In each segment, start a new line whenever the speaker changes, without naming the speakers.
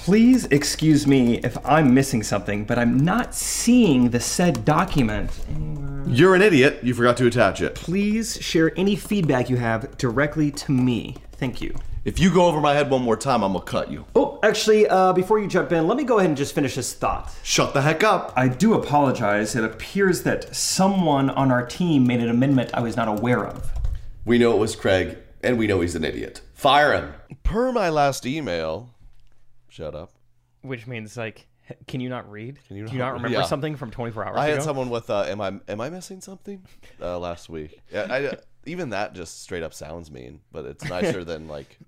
Please excuse me if I'm missing something, but I'm not seeing the said document anywhere.
You're an idiot. You forgot to attach it.
Please share any feedback you have directly to me. Thank you.
If you go over my head one more time, I'm gonna cut you.
Oh, actually, uh, before you jump in, let me go ahead and just finish this thought.
Shut the heck up.
I do apologize. It appears that someone on our team made an amendment I was not aware of.
We know it was Craig, and we know he's an idiot. Fire him. Per my last email, shut up.
Which means like, h- can you not read? Can
you
Do you
not-
not remember
yeah.
something from 24 hours
I
ago?
had someone with, uh, "Am I am I missing something?" Uh, last week. Yeah, I, uh, even that just straight up sounds mean, but it's nicer than like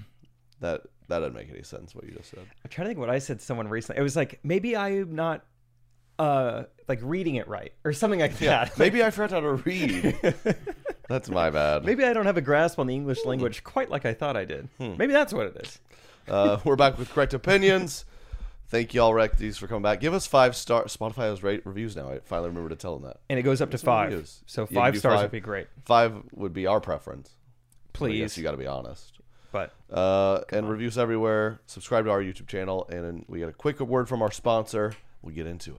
that. That didn't make any sense. What you just said.
I'm trying to think what I said to someone recently. It was like maybe I'm not uh like reading it right or something like
Yeah,
that.
maybe I forgot how to read. That's my bad.
Maybe I don't have a grasp on the
Hmm.
English language quite like I thought I did. Maybe that's what it is.
Uh, we're back with correct opinions. Thank y'all, Recties, for coming back. Give us five star. Spotify has rate reviews now. I finally remember to tell them that.
And it goes up to five.
Reviews.
So
You can
five
do
stars
five.
would be great.
Five would be our preference. I guess
Please.
you got to be honest.
But
Uh, and reviews everywhere. Subscribe to our YouTube channel, and then we got a quick word from our sponsor. We get into it.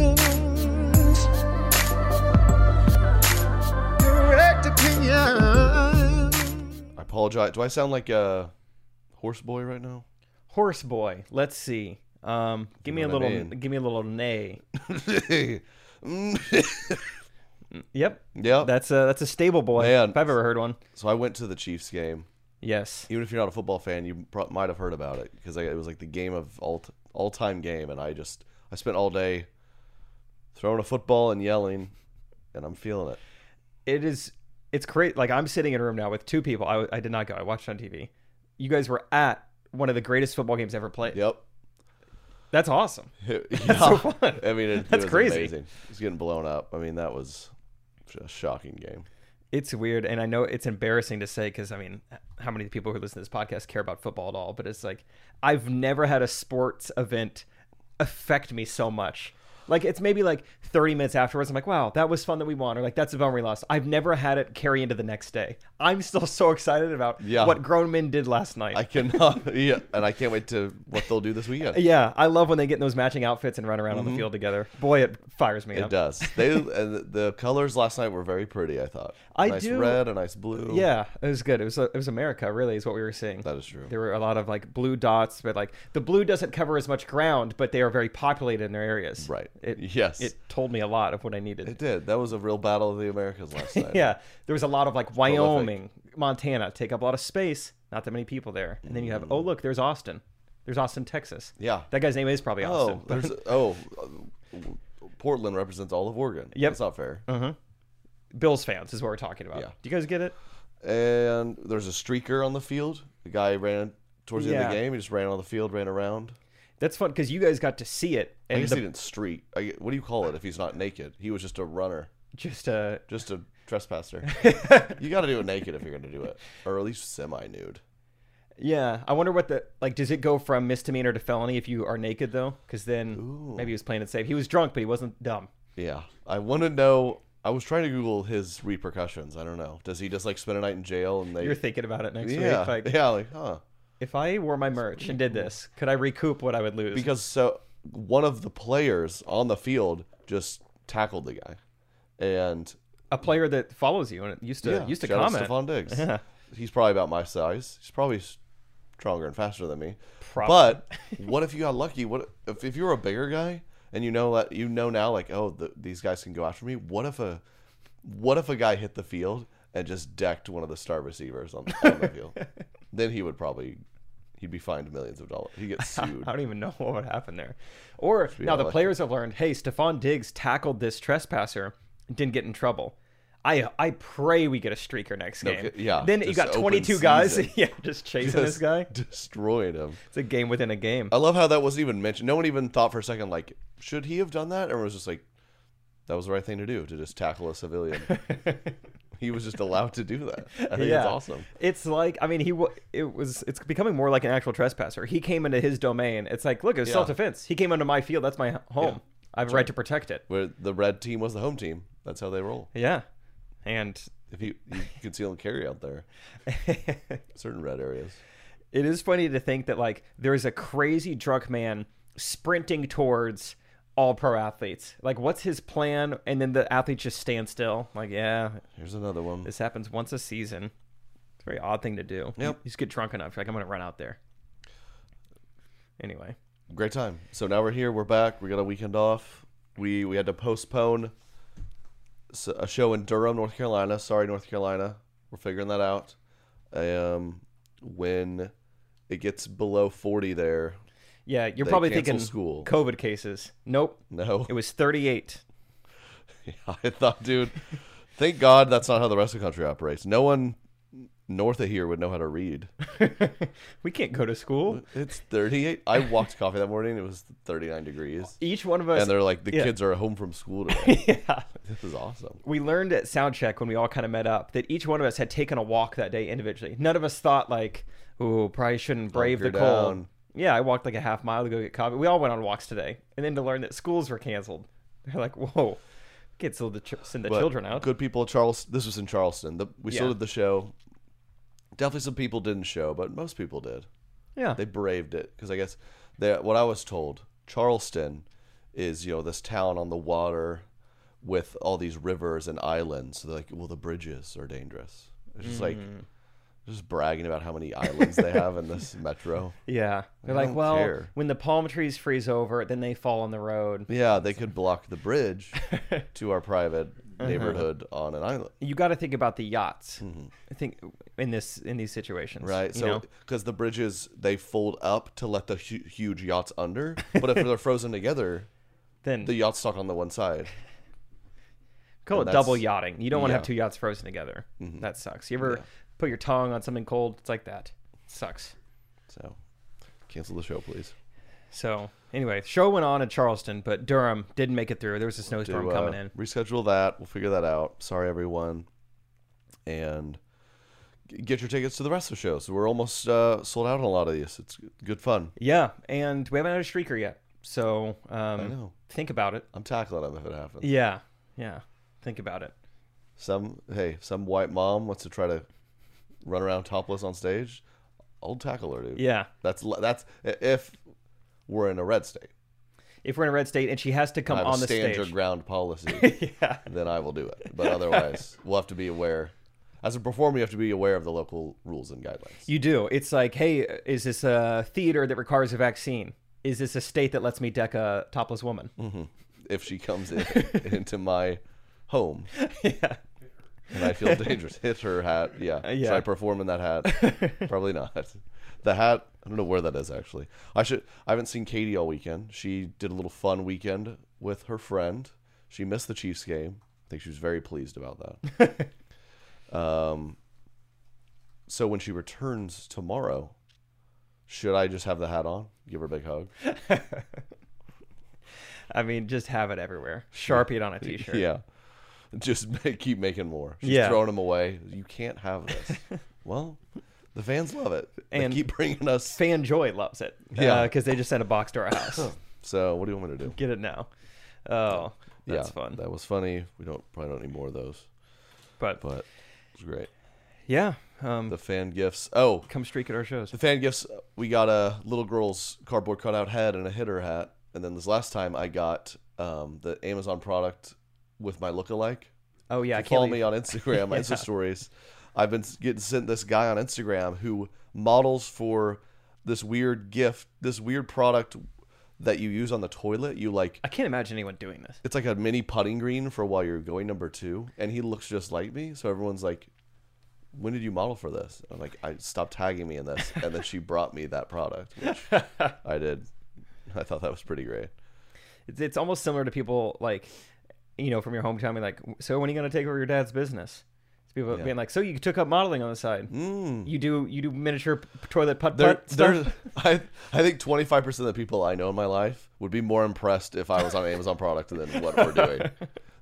Correct opinions. I apologize. Do I sound like a horse boy right now?
horse boy, let's see. Um, give me a
know what I
little,
mean.
give me a little neigh.
yep.
Yep, that's a that's a stable boy.
Man.
If I've ever heard one.
so I went to the Chiefs game.
Yes.
Even if you're not a football fan, you pro- might have heard about it because it was like the game of all t- all time game, and I just I spent all day throwing a football and yelling, and I'm feeling it.
it is it's great like i'm sitting in a room now with two people i, I did not go i watched it on tv you guys were at one of the greatest football games ever played
Yep.
that's awesome
yeah.
fun.
I mean, it,
That's
it was
crazy.
amazing. It's getting blown up. I mean, that was a shocking game.
it's weird and i know it's embarrassing to say because i mean how many people who listen to this podcast care about football at all but it's like i've never had a sports event affect me so much Like it's maybe like 30 minutes afterwards. I'm like, wow, that was fun that we won, or like that's a bummer we lost. I've never had it carry into the next day. I'm still so excited about
Yeah.
what grown men did last night.
I cannot. Yeah, and I can't wait to what they'll do this weekend.
Uh, yeah, I love when they get in those matching outfits and run around on the field together. Boy, it fires me
Mm-hmm. It
up.
does. They and the- the colors last night were very pretty. I thought.
I
nice
do-
red, a nice blue.
Yeah, it was good. It was it was America, really, is what we were seeing.
That is true.
There were a lot of like blue dots, but like the blue doesn't cover as much ground, but they are very populated in their areas.
Right.
It,
Yes.
It told me a lot of what I needed.
It did. That was a real battle of the Americas last night.
yeah, there was a lot of like Wyoming, Montana take up a lot of space. Not that many people there, and then you have oh look, there's Austin, there's Austin, Texas.
Mm. Yeah.
that guy's name is probably Austin.
Oh, there's oh, uh, Portland represents all of Oregon.
Yep. Uh-huh.
That's not fair.
Bills fans is what we're talking about.
Yeah.
Do you guys get it?
And there's a streaker on the field. The guy ran towards the end of the
Yeah.
game. He just ran on the field, ran around.
That's fun because you guys got to see it
I
and
guess
the-
he didn't streak. I, gue- what do you call it if he's not naked? He was just a runner,
just uh,
just a trespasser. you got to do it naked if you're going to do it, or at least semi-nude.
Yeah, I wonder what the like. Does it go from misdemeanor to felony if you are naked though? Because then maybe he was playing it safe. He was drunk, but he wasn't dumb.
Yeah, I want to know. I was trying to Google his repercussions. I don't know. Does he just like spend a night in jail and they?
You're thinking about it next
yeah,
week. Like,
yeah, like huh?
if I wore my merch and did this, could I recoup what I would lose?
Because so one of the players on the field just tackled the guy, and
a player that follows you and it used to
yeah,
used to
shout out
comment.
Stephon Diggs. He's probably about my size. He's probably s- stronger and faster than me.
Probably.
But what if you got lucky? What if, if you were a bigger guy and you know that you know now like oh the, these guys can go after me? What if a what if a guy hit the field and just decked one of the star receivers on, on the field? Then he would probably he'd be fined millions of dollars. He gets sued.
I don't even know what would happen there. Or now the
unlucky.
players have learned, hey, Stephon Diggs tackled this trespasser and didn't get in trouble. I I pray we get a streaker next game.
ki- yeah,
Then you
just
got
open
22 guys,
season.
yeah, just chasing this guy.
destroyed him.
It's a game within a game.
I love how that wasn't even mentioned. No one even thought for a second, like, should he have done that? Or was just like, that was the right thing to do to just tackle a civilian. he was just allowed to do that. I think it's awesome.
It's like I mean he wa it was it's becoming more like an actual trespasser. He came into his domain. It's like look, it was
Yeah.
self defense. He came into my field. That's my h- home. I have a right to protect it.
Where the red team was the home team. That's how they roll.
Yeah, and
If you, you can see them carry out there, certain red areas.
it is funny to think that like there's a crazy drunk man sprinting towards all pro athletes. Like what's his plan? And then the athletes just stand still. Like yeah,
Here's another one.
this happens once a season. It's a very odd thing to do.
Yep.
You just get drunk enough. You're like I'm gonna run out there. Anyway.
Great time. So now we're here. We're back. We got a weekend off. We we had to postpone s- a show in Durham, North Carolina. Sorry, North Carolina. We're figuring that out. Um, when it gets below forty, there,
Yeah, you're
They
probably
cancel
thinking
school.
COVID cases. Nope.
no,
It was 38.
I thought, dude. Thank God that's not how the rest of the country operates. No one north of here would know how to read.
we can't go to school.
It's thirty-eight. I walked coffee that morning. It was thirty-nine degrees,
Each one of us.
and they're like, the
Yeah.
kids are home from school today. This is awesome.
we learned at soundcheck when we all kind of met up that each one of us had taken a walk that day individually. None of us thought like, "Ooh, probably shouldn't brave
you're
the cold."
down.
Yeah, I walked like a half mile to go get coffee. We all went on walks today, and then to learn that schools were canceled, they're like, "Whoa, kids will ch- send the
but
children out."
Good people, Charles. This was in Charleston. The, we still
Yeah.
did the show. Definitely, some people didn't show, but most people did.
Yeah,
They braved it because I guess they, what I was told, Charleston is you know this town on the water with all these rivers and islands. So they're like, well, the bridges are dangerous. It's just like
Mm.
just bragging about how many islands they have in this metro.
yeah. They're
I
like,
don't
"Well,
care."
when the palm trees freeze over, then they fall on the road."
Yeah, they could block the bridge to our private
Uh-huh.
neighborhood on an island.
you got to think about the yachts. I think in this in these situations,
Mm-hmm. Right.
You
So
know?
because the bridges they fold up to let the hu- huge yachts under, but if they're frozen together,
then
the yacht's stuck on the one side.
call
and
it double
that's-
yachting. You don't want to have
yeah. Mm-hmm.
two yachts frozen together. That sucks. You ever put your tongue on something cold? It's like that. sucks.
So cancel the show, please.
So anyway, the show went on in Charleston, but Durham didn't make it through. There was a snowstorm
Do, uh,
coming in.
Reschedule that. We'll figure that out. Sorry, everyone. And g- get your tickets to the rest of the shows. We're almost uh, sold out on a lot of these. It's good fun.
Yeah, and we haven't had a streaker yet. So um,
know.
Think about it.
I'm tackling him if it happens.
Yeah. Yeah. Think about it.
Some hey, some white mom wants to try to run around topless on stage. I'll tackle her, dude.
Yeah.
That's li- that's if we're in a red state.
If we're in a red state and she has to come
I have
on
a
the
stand
stage.
your ground policy. Then I will do it. But otherwise, we'll have to be aware. As a performer, you have to be aware of the local rules and guidelines.
You do. It's like, hey, is this a theater that requires a vaccine? Is this a state that lets me deck a topless woman?
Mm. If she comes in, into my home, and I feel dangerous, hit her hat. Yeah. Should
yeah.
I perform in that hat? Probably not. The hat. I don't know where that is actually. I should. I haven't seen Katie all weekend. She did a little fun weekend with her friend. She missed the Chiefs game. I think she was very pleased about that. um. So when she returns tomorrow, should I just have the hat on? Give her a big hug.
I mean, just have it everywhere. Sharpie it on a t shirt.
Yeah. Just make, keep making more. She's
Yeah.
throwing them away. You can't have this. well, the fans love it. And
And-
they keep bringing us.
Fanjoy loves it.
Yeah.
Because they just sent a box to our house.
so what do you want me to do?
Get it now. Oh, that's
yeah,
fun.
That was funny. We don't probably don't need more of those,
but,
but it was great.
yeah, um,
The fan gifts. Oh,
come streak at our shows.
the fan gifts. We got a little girl's cardboard cutout head and a hitter hat, and then this last time I got um, the Amazon product with my lookalike.
Oh, yeah. I
If
can't
you follow
leave-
me on Instagram, my Insta stories. I've been s- getting sent this guy on Instagram who models for this weird gift, this weird product that you use on the toilet. You like
I can't imagine anyone doing this.
it's like a mini putting green for while you're going number two, and he looks just like me. So everyone's like, "When did you model for this?" I'm like, "I stopped tagging me in this," and then she brought me that product, which I did. I thought that was pretty great.
It's, it's almost similar to people like, you know, from your hometown being like, so when are you going to take over your dad's business? It's people being like, so you took up modeling on the side. Mm. You do you do miniature p- toilet putt
There,
putt
there,
stuff.
I, I think 25% of the people I know in my life would be more impressed if I was on Amazon product than what we're doing.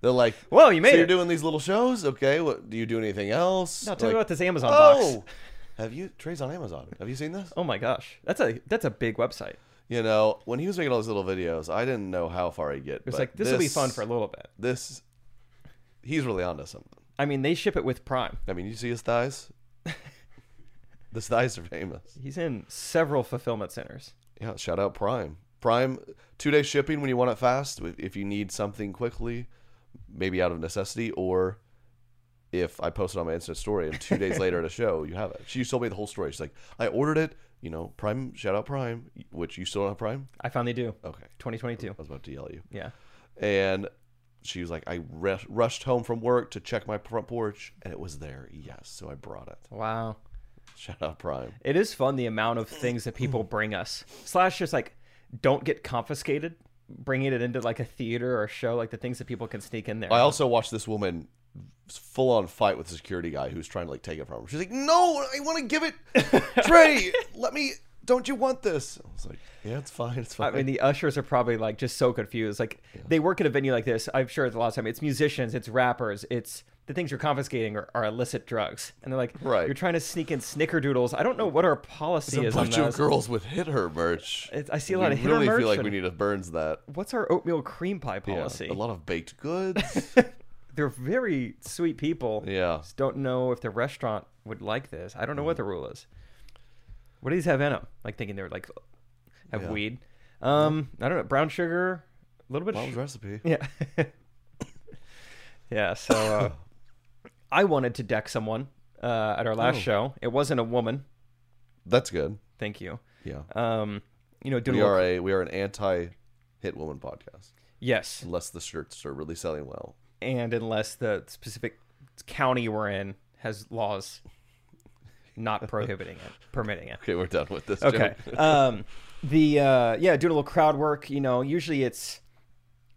They're like,
Whoa, you made
so you're
it."
doing these little shows? Okay, what, do you do anything else?
No, tell
Like,
me about this Amazon
Oh,
box.
have you, Trey's on Amazon. Have you seen this?
Oh my gosh, that's a that's a big website.
You know, when he was making all those little videos, I didn't know how far he'd get.
It's like this will be fun for a little bit.
This, he's really onto something.
I mean, they ship it with Prime.
I mean, you see his thighs? his thighs are famous.
He's in several fulfillment centers.
Yeah, shout out Prime. Prime two day shipping when you want it fast. If you need something quickly, maybe out of necessity, or if I post it on my Insta story and two days later at a show, you have it. She told me the whole story. She's like, I ordered it. You know, Prime. Shout out Prime. Which you still don't have Prime?
I finally do.
Okay.
2022.
I was about to yell at you.
Yeah.
And she was like, I rush rushed home from work to check my front porch, and it was there. Yes, so I brought it.
Wow.
Shout out Prime.
It is fun the amount of things that people bring us. Slash, just like don't get confiscated. Bringing it into like a theater or a show, like the things that people can sneak in there.
I also watched this woman full on fight with the security guy who's trying to like take it from her. She's like, "No, I want to give it, Trey. let me. Don't you want this?" I was like, "Yeah, it's fine. It's
I
fine."
mean, the ushers are probably like just so confused. Like they work at a venue like this. I'm sure it's a lot of time. It's musicians, it's rappers, it's the things you're confiscating are, are illicit drugs, and they're like,
Right.
You're trying to sneak in snickerdoodles. I don't know what our policy
a
is. on
bunch of
those.
girls with hit her merch.
It's- I see a
We
lot of hit her
really
merch
feel like
and-
we need to burns that
What's our oatmeal cream pie
Yeah,
policy?
a lot of baked goods.
They're very sweet people.
yeah,
Just don't know if the restaurant would like this. I don't know what the rule is. What do these have in them? Like thinking they're like have weed. Um, I don't know. Brown sugar, a little bit. of
mom's
su-
recipe.
Yeah. yeah. So uh, I wanted to deck someone uh, at our last show. It wasn't a woman.
That's good.
Thank you.
Yeah,
Um, you know, doing
we
a little-
are a we are an anti hit woman podcast
yes,
unless the shirts are really selling well.
and unless the specific county we're in has laws not prohibiting it, permitting it.
Okay, we're done with this.
okay
joke.
um the uh yeah doing a little crowd work you know usually it's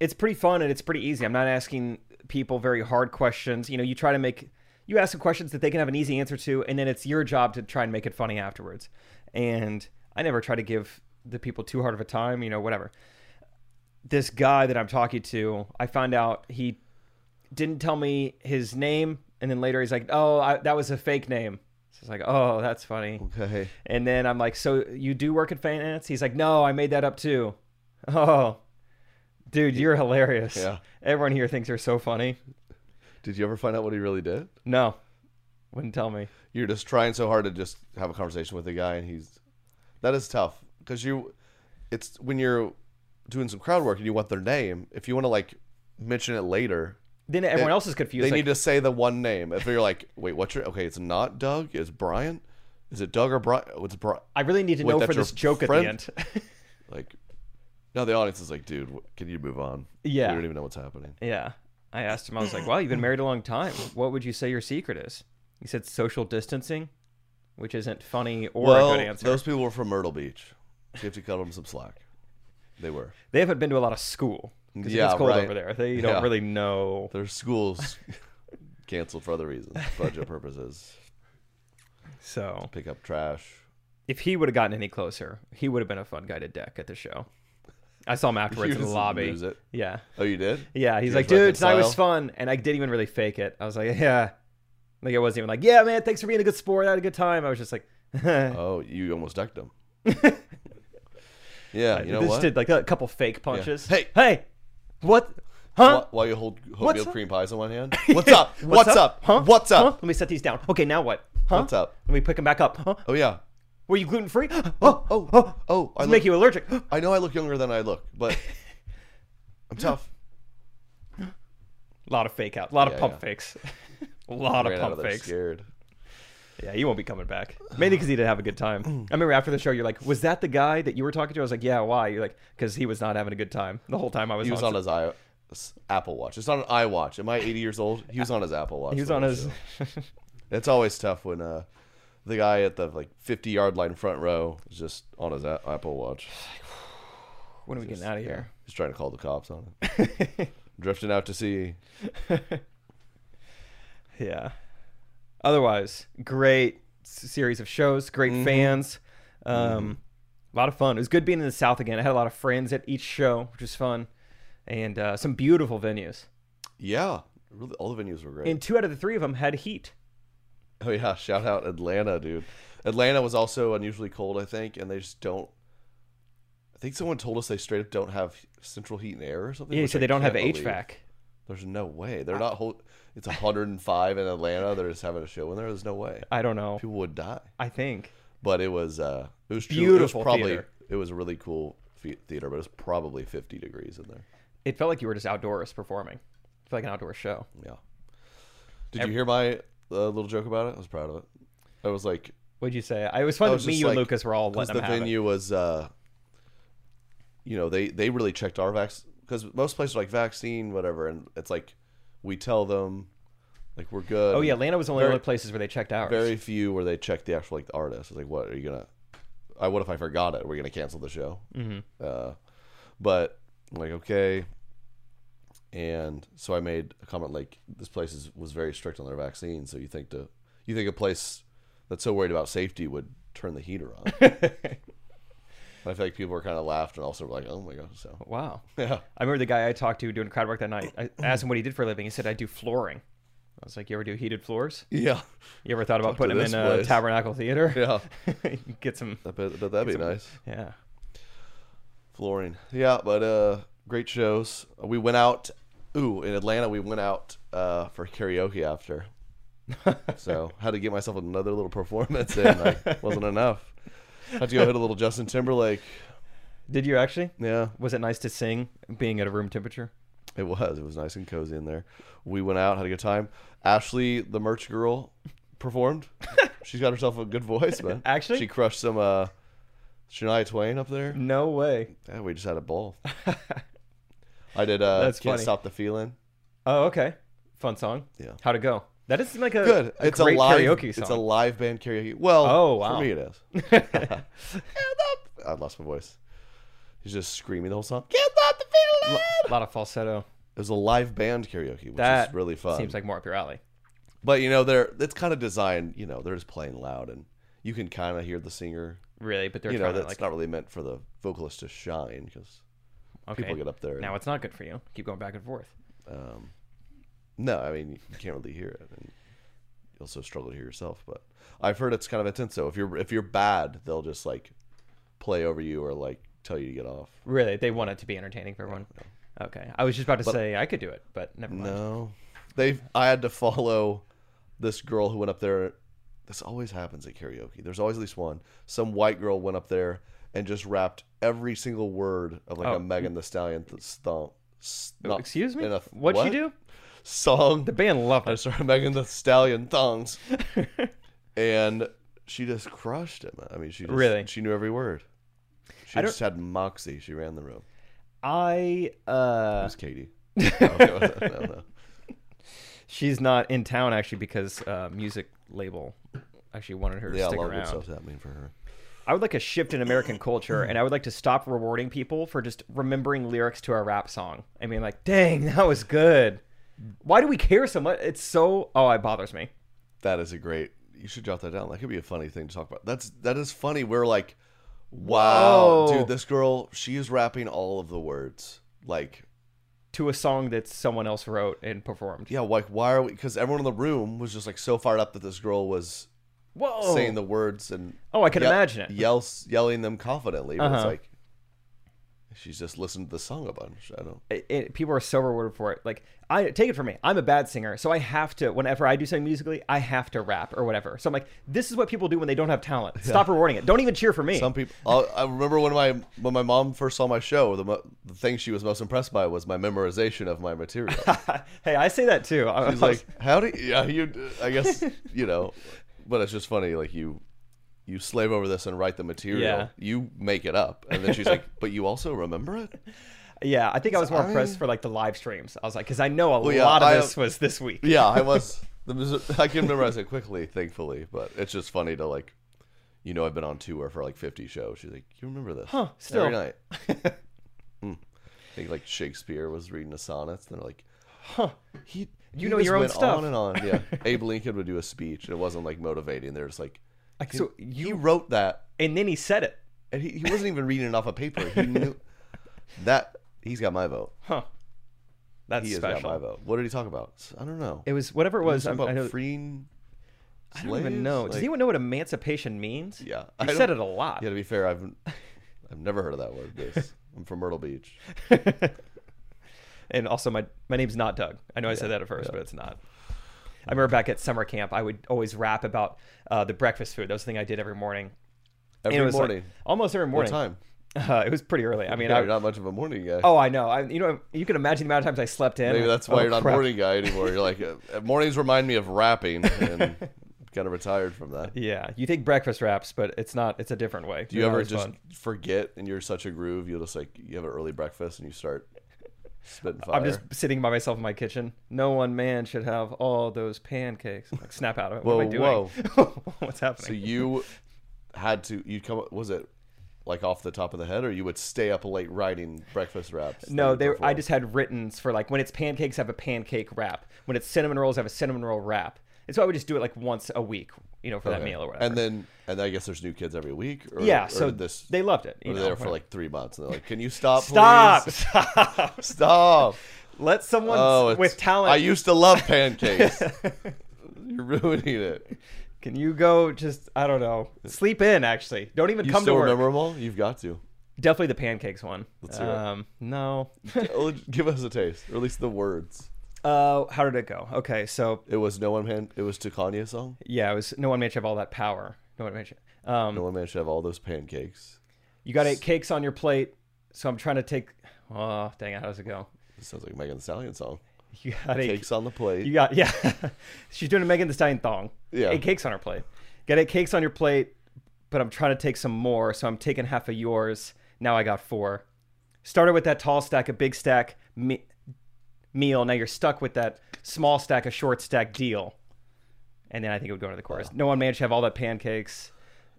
it's pretty fun and it's pretty easy i'm not asking people very hard questions you know you try to make you ask them questions that they can have an easy answer to and then it's your job to try and make it funny afterwards and i never try to give the people too hard of a time you know whatever this guy that i'm talking to i find out he didn't tell me his name and then later he's like oh I, that was a fake name so it's like oh that's funny
Okay.
and then I'm like, so you do work at finance? He's like, no, I made that up too. Oh, Dude, you're hilarious.
Yeah.
Everyone here thinks you're so funny.
Did you ever find out what he really did?
No. Wouldn't tell me.
You're just trying so hard to just have a conversation with the guy, and he's that is tough because you, it's when you're doing some crowd work and you want their name. If you want to like mention it later,
Then everyone
It-
else is confused.
They
like,
need to say the one name. If you're like, wait, what's your? Okay, it's not Doug. It's Brian. Is it Doug or Brian? Oh, it's Brian.
I really need to
Wait,
know
that's
for
your
this joke
friend?
at the end.
Like, now the audience is like, dude, wh- can you move on?
Yeah.
we don't even know what's happening.
yeah. I asked him, I was like, wow, you've been married a long time. What would you say your secret is? He said social distancing, which isn't funny or
well,
a good answer.
those people were from Myrtle Beach. You have to cut them some slack. They were.
They haven't been to a lot of school. Because
Yeah,
it gets cold
right.
over there. They don't
Yeah.
really know.
Their schools canceled for other reasons, budget purposes,
So
pick up trash.
if he would have gotten any closer, he would have been a fun guy to deck at the show. I saw him afterwards
You
in the
just
lobby.
lose it.
Yeah.
Oh, you did?
Yeah,
You
he's
guys
like, dude, tonight was
reconcile?
fun, and I didn't even really fake it. I was like, yeah, like I wasn't even like, yeah, man, thanks for being a good sport, I had a good time. I was just like,
Oh, you almost ducked them. yeah, you know
just
what?
did like a couple fake punches.
Hey.
hey, what? Huh?
Wh- While you hold
What's
oatmeal
up?
cream pies in one hand. What's up? What's, up?
Huh?
What's
Huh?
up?
Let me set these down. Okay, now what? Huh?
What's up?
Let me pick them back up. Huh?
Oh yeah.
Were you gluten free? Oh,
Oh oh oh! I
Does it
look,
make you allergic.
I know I look younger than I look, but I'm tough.
a lot of fake out. A lot
Yeah,
of pump
yeah.
fakes. a lot
Ran
of
out
pump
there
fakes.
Scared.
Yeah, he won't be coming back. Mainly because he didn't have a good time.
Mm.
I remember after the show, you're like, "Was that the guy that you were talking to?" I was like, "Yeah, why?" You're like, "Because he was not having a good time the whole time I was."
He was on his i s- Apple Watch. It's not an iWatch. Am I 80 years old? He was on his Apple Watch.
He was
the
on
whole
his.
show. It's always tough when uh, the guy at the like 50 yard line front row is just on his a- Apple Watch.
when are we getting out of here?
He's trying to call the cops on it. Drifting out to sea.
Yeah. Otherwise, great s- series of shows. Great
Mm-hmm.
fans. Um, A lot of fun. It was good being in the South again. I had a lot of friends at each show, which was fun, and uh, some beautiful venues.
Yeah, really, all the venues were great.
And two out of the three of them had heat.
Oh yeah, shout out Atlanta, dude. Atlanta was also unusually cold, I think, and they just don't. I think someone told us they straight up don't have central heat and air or something.
Yeah,
which
so
I
they don't have
can't believe.
HVAC.
There's no way they're not. Whole, it's 105 in Atlanta. They're just having a show in there. There's no way
I don't know.
people would die.
I think.
But it was uh, it was true. it
Beautiful
was probably
theater.
it was a really cool fe- theater, but it was probably 50 degrees in there.
it felt like you were just outdoors performing. It felt like an outdoor show.
Yeah. Did you hear my uh, little joke about it? I was proud of it. I was like,
What'd you say? I- It was fun
I
that
was
me,
just
you, and
like-
Lucas were all
'cause
letting them
the
have
venue was uh you know they they really checked our vax because most places are like vaccine whatever and it's like we tell them like we're good
it. Oh yeah, Atlanta was one of the
Very-
only places where they checked ours.
very few where they check the actual like the artist it's like what are you gonna i what if i forgot it we're gonna cancel the show mm-hmm. uh but I'm like okay and so i made a comment like this place is, was very strict on their vaccine so you think to you think a place that's so worried about safety would turn the heater on And i feel like people were kind of laughed and also were like oh my god so
Wow.
yeah
I remember the guy I talked to doing crowd work that night. I asked him what he did for a living. He said, "I do flooring." I was like, "You ever do heated floors?
yeah
You ever thought about
Talk to
putting them
this
in a
place."
tabernacle theater?
yeah
Get some.
I bet, I bet that'd be nice
Yeah.
flooring. Yeah, but uh great shows. We went out ooh, in Atlanta we went out uh for karaoke after. so had to get myself another little performance in. Like wasn't enough. Had to go hit a little Justin Timberlake.
Did you actually?
Yeah.
Was it nice to sing being at a room temperature?
It was. It was nice and cozy in there. We went out, had a good time. Ashley, the merch girl, performed. She's got herself a good voice, man.
Actually?
She crushed some uh Shania Twain up there.
No way.
Yeah, we just had a ball. I did uh
That's
Can't
funny.
Stop the Feeling.
Oh, okay. Fun song.
Yeah.
How'd it go? That doesn't seem like a
good.
A
it's
great
a live
karaoke song.
It's a live band karaoke. Well,
Oh, wow.
for me it is. I lost my voice. He's just screaming the whole song. Can't stop the feeling.
a lot of falsetto.
It was a live band karaoke, which
That
is really fun.
Seems like more up your alley.
but you know, they're it's kind of designed. You know, they're just playing loud, and you can kind of hear the singer.
Really, but they're
you know,
trying
that's
to like
not really meant for the vocalist to shine because
okay.
people get up there. and-
Now it's not good for you. Keep going back and forth.
Um, no, I mean you can't really hear it, and you also struggle to hear yourself. But I've heard it's kind of intense. So if you're if you're bad, they'll just like play over you or like tell you to get off.
Really, they want it to be entertaining for everyone. Okay, I was just about to say I could do it, but never mind.
No. They I had to follow this girl who went up there. This always happens at karaoke. There's always at least one. Some white girl went up there and just rapped every single word of like a Megan the Stallion th- stomp. stomp-
Oh. Excuse me.
in a-
What'd she
what?
do?
Song.
The band loved
I
it.
started Megan the Stallion thongs. and she just crushed it. man. I mean, she just,
Really?
she knew every word. She
don't-
just had moxie. She ran the room.
I uh,
It was Katie. Okay, well, no, no.
she's not in town actually because uh, music label actually wanted her to
Yeah, a
stick
lot of good
around.
stuff's happening for her.
I would like a shift in American culture, and I would like to stop rewarding people for just remembering lyrics to a rap song. I mean, like, dang, that was good. Why do we care so much? It's so oh, it bothers me.
That is a great. You should jot that down. That could be a funny thing to talk about. That's that is funny. We're like, wow,
Whoa.
dude, this girl, she is rapping all of the words. Like,
To a song that someone else wrote and performed.
yeah, like why are we? Because everyone in the room was just like so fired up that this girl was
Whoa!
saying the words and
Oh, I can imagine it.
Yells, yelling them confidently. But it's
Uh-huh.
like she's just listened to the song a bunch. I don't.
it, it- people are so rewarded for it. Like I take it from me, I'm a bad singer, so I have to. Whenever I do something musically, I have to rap or whatever. So I'm like, this is what people do when they don't have talent. Stop rewarding it. Don't even cheer for me.
Some people. i I remember when my when my mom first saw my show. The, mo- the thing she was most impressed by was my memorization of my material.
hey, I say that too. I,
He's
I
like, how do you, yeah, you, uh, I guess, you know, but it's just funny. Like you, you slave over this and write the material.
Yeah.
You make it up. And then she's like, but you also remember it?
yeah, I think I was more impressed for like the live streams. I was like, because I know a
yeah,
lot of
I-
this was this week.
Yeah, I was, the mis- I can memorize it quickly, thankfully, but it's just funny to like, you know, I've been on tour for like 50 shows. She's like, you remember this? Huh,
still. Hmm.
Every night. Hmm. I think like Shakespeare was reading the sonnets and they're like,
You,
he
know
just
your own
went
stuff.
On and on. Yeah. Abe Lincoln would do a speech. It wasn't like motivating. They're just like,
Like, so
he
you
wrote that
and then he said it.
And he, he wasn't even reading it off a paper. He knew that he's got my vote.
That's
He has
special.
got my vote. What did he talk about? I don't know.
It was whatever it was. I'm-
Something
I,
about
know,
freeing.
I don't even know. Does anyone know what emancipation means?
Yeah, I
you
don't-
said it a lot.
Yeah, to be fair, I've I've never heard of that word. This I'm from Myrtle Beach.
And also, my my name's not Doug. I know I said that at first, but it's not. I remember back at summer camp, I would always rap about uh, the breakfast food. That was the thing I did every morning. And
Every
it was like-
morning.
almost every
what
morning.
time?
Uh, it was pretty early. I mean,
Yeah,
I,
you're not much of a morning guy.
oh, I know. I, you know, you can imagine the amount of times I slept in.
Maybe
Like,
that's why
oh,
you're not a
crap.
morning guy anymore. You're like uh, mornings remind me of rapping, and kind of retired from that.
Yeah, you take breakfast wraps, but it's not. It's a different way.
Do you ever just forget and you're such a groove? You'll just like you have an early breakfast and you start spitting fire.
I'm just sitting by myself in my kitchen. No one man should have all those pancakes. I'm like, snap out of it. What am I doing?
Whoa,
What's
So
happening?
you had to you come was it like off the top of the head, or you would stay up late writing breakfast wraps? that
No,
you
they. were- I
performed?
just had writtens for like when it's pancakes, I have a pancake wrap. When it's cinnamon rolls, I have a cinnamon roll wrap. And so I would just do it like once a week, you know, for that
Okay.
meal or whatever.
And then and I guess there's new kids every week. Or,
yeah,
or
so
did this
they loved it. You
were
know,
there for
whatever.
like three months. And they're like, can you stop?
stop,
please?
stop.
stop.
Let someone
Oh, it's-
with talent.
I used to love pancakes. You're ruining it.
Can you go? Just I don't know. Sleep in. Actually, don't even
You
come
still
to work.
remember them all? You've got to.
Definitely the pancakes one. Let's
hear it.
um, No.
Oh, Give us a taste, or at least the words.
uh, how did it go? Okay, so
It was no one man. It was to Kanye's song.
yeah, it was no one managed to have all that power. No one managed. to- Um,
No one man should have all those pancakes.
You got eight cakes on your plate, so I'm trying to take. Oh, dang it! How's it go?
This sounds like a Megan Thee Stallion song.
You got eight.
Cakes on the plate.
You got yeah. She's doing a Megan Thee Stallion thong.
Yeah.
Eight cakes on her plate. Got eight cakes on your plate, but I'm trying to take some more, so I'm taking half of yours. Now I got four. Started with that tall stack, a big stack me- meal. Now you're stuck with that small stack, a short stack deal. And then I think it would go into the chorus. No one managed to have all that pancakes.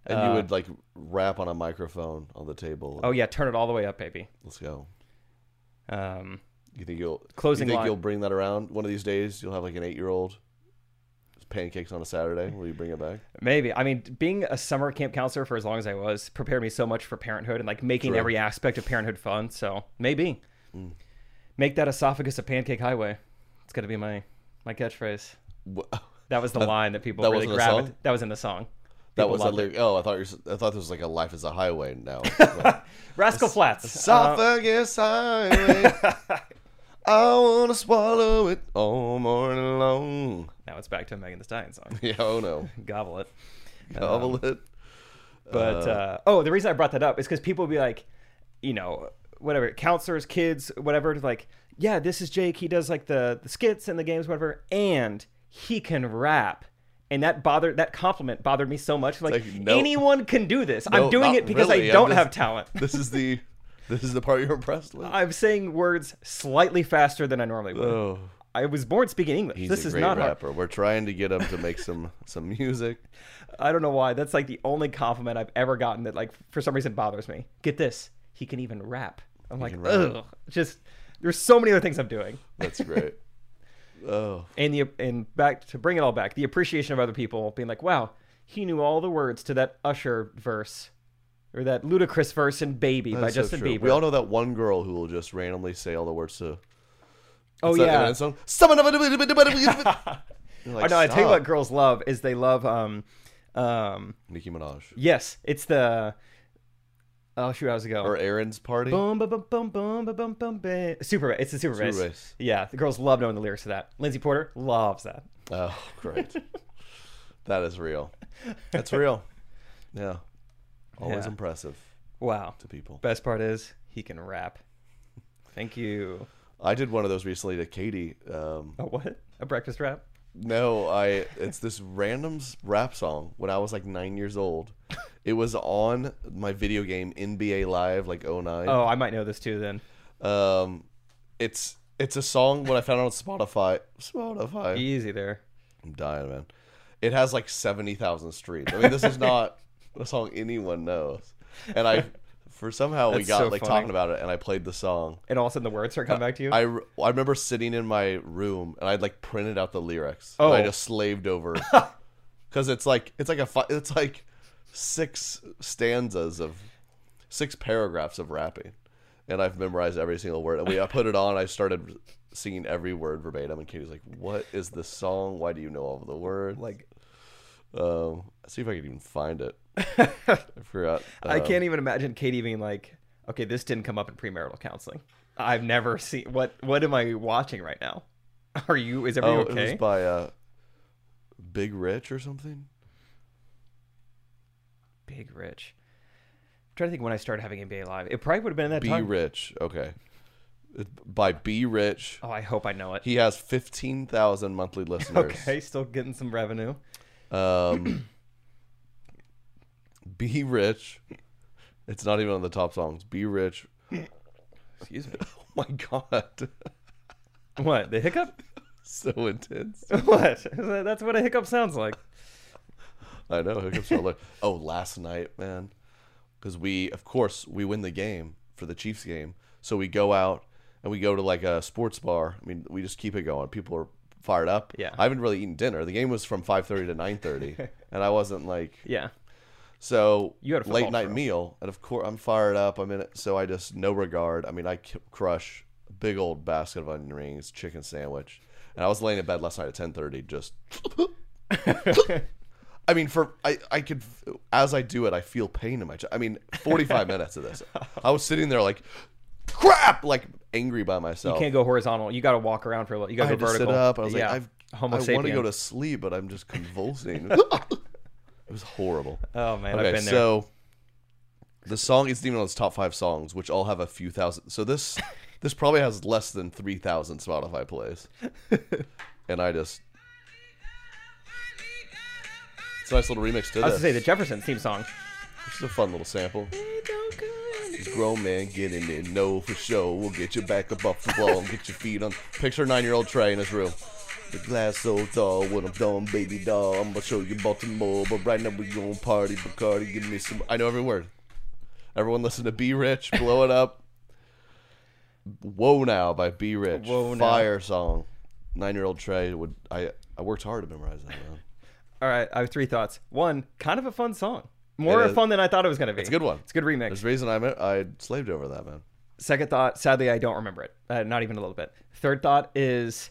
and you would like rap on a microphone on the table.
uh, Oh yeah, turn it all the way up, baby.
Let's go.
Um,
You think you'll
Closing
You think
line.
you'll bring that around one of these days? You'll have like an eight-year-old pancakes on a Saturday. Will you bring it back?
Maybe. I mean, being a summer camp counselor for as long as I was prepared me so much for parenthood and like making
True. Mm.
every aspect of parenthood fun. So maybe make that esophagus a pancake highway. It's gonna be my my catchphrase.
Wha-
That was the line that people
that
really
wasn't a song?
grabbed. That was in the song.
That
People
was a
loved it.
lyric. Oh, I thought you were, I thought this was like a life is a highway now. Like,
Rascal Uh, Flats.
Esophagus highway. I wanna swallow it all morning long.
Now it's back to a Megan Thee Stallion song.
Yeah, oh no,
Gobble it.
gobble it.
But uh, oh, the reason I brought that up is because people would be like, you know, whatever counselors, kids, whatever. Like, yeah, this is Jake. He does like the the skits and the games, whatever, and he can rap. And that bothered that compliment bothered me so much. Like,
like, no.
anyone can do this.
No,
I'm doing
not
it because
really.
I
I'm
don't
just-
have talent.
This is the this is the part you're impressed with.
I'm saying words slightly faster than I normally would.
oh,
I was born speaking English.
he's
this
a
is
great
not hard.
rapper. We're trying to get him to make some some music.
I don't know why. That's like the only compliment I've ever gotten that like for some reason bothers me. Get this. He can even rap. I'm like, ugh. Just there's so many other things I'm doing.
That's great. oh,
And the and back to bring it all back, the appreciation of other people being like, wow, he knew all the words to that Usher verse or that ludicrous verse in Baby by
that's so
Justin
true.
Bieber.
We all know that one girl who will just randomly say all the words to.
oh
What's that
yeah.
Eminem song? Someone of a- You're
Oh,
like,
no, I tell you what
"Stop."
girls love is they love um um
Nicki Minaj
yes, it's the Oh shoot, how's it go?
or Aaron's party.
Boom, ba bum, bum, bum, ba bum, bum, ba. Super Race. It's the Super,
Super
Race.
Race.
Yeah, the girls love knowing the lyrics to that. Lindsay Porter loves that.
Oh, great. that is real. That's real. Yeah. Always
Yeah.
impressive
Wow.
to people.
Best part is he can rap. Thank you.
I did one of those recently to Katie. Um,
A what? A breakfast rap?
No, I it's this random s- rap song when I was like 9 years old. It was on my video game NBA Live like 09.
Oh, I might know this too then.
Um it's it's a song when I found it on Spotify. Spotify.
Easy there.
I'm dying, man. It has like seventy thousand streams. I mean, this is not a song anyone knows. And I, for somehow we
That's
got
so
like
funny.
talking about it, and I played the song.
And all of a sudden the words start coming back to you.
I, re- I remember sitting in my room and I'd like printed out the lyrics. Oh, and I
Oh.
just slaved over because it's like it's like a fi- it's like six stanzas of six paragraphs of rapping, and I've memorized every single word. And we I put it on. I started singing every word verbatim. And Katie's like, "What is this song? Why do you know all of the words?"
like
Um, see if I can even find it. I forgot.
I
Um,
can't even imagine Katie being like, Okay, this didn't come up in premarital counseling. I've never seen what what am I watching right now? Are you is
Oh,
everything
it was
okay?
by uh, Big Rich or something.
Big Rich. I'm trying to think when I started having NBA Live. It probably would have been in that
Be
time.
Rich. Okay. It- By Be Rich.
Oh, I hope I know it.
He has 15,000 monthly listeners.
Okay, still getting some revenue.
Um, Be Rich. It's not even on the top songs. Be Rich.
Excuse me.
Oh my God.
What? The hiccup?
so intense.
What? That's what a hiccup sounds like.
I know. Hiccups are like, oh, last night, man. Because we, of course, we win the game for the Chiefs game. So we go out and we go to like a sports bar. I mean, we just keep it going. People are fired up.
Yeah.
I haven't really eaten dinner. The game was from 5.30 to 9.30. and I wasn't like,
Yeah.
so
You had a
late
football
night
crew.
meal. And of course, I'm fired up. I'm in it. So I just, no regard. I mean, I c- crush a big old basket of onion rings, chicken sandwich. And I was laying in bed last night at 10.30 just... I mean, for I, I could as I do it, I feel pain in my chest. I mean, forty five minutes of this, I was sitting there like, crap, like angry by myself.
You can't go horizontal. You got to walk around for a little. You got
I
to
had
go
to sit
vertical.
up. I was
Yeah.
like, I've,
Homo
I want to go
sapien.
to sleep, but I'm just convulsing. it was horrible.
Oh man,
okay,
I've been there.
so the song isn't even on its top five songs, which all have a few thousand. So this this probably has less than three thousand Spotify plays, and I just. It's a nice little remix to
I was
this.
to say the Jefferson theme song.
It's a fun little sample. These grown man getting it, no for sure. We'll get your back up off the wall and get your feet on. Picture nine year old Trey in his room. The glass so tall, what I'm done, baby doll. I'm gonna show you Baltimore, but right now we gonna party. Bacardi, give me some. I know every word. Everyone listen to Be Rich, blow it up. Whoa Now by Be Rich.
Whoa Now.
Fire song. Nine year old Trey would. I I worked hard to memorize that, man.
All right, I have three thoughts. One, kind of a fun song. More
It is.
fun than I thought it was going to be.
It's a good one.
It's a good remix.
There's a reason I, me- I slaved over that, man.
Second thought, sadly, I don't remember it. Uh, not even a little bit. Third thought is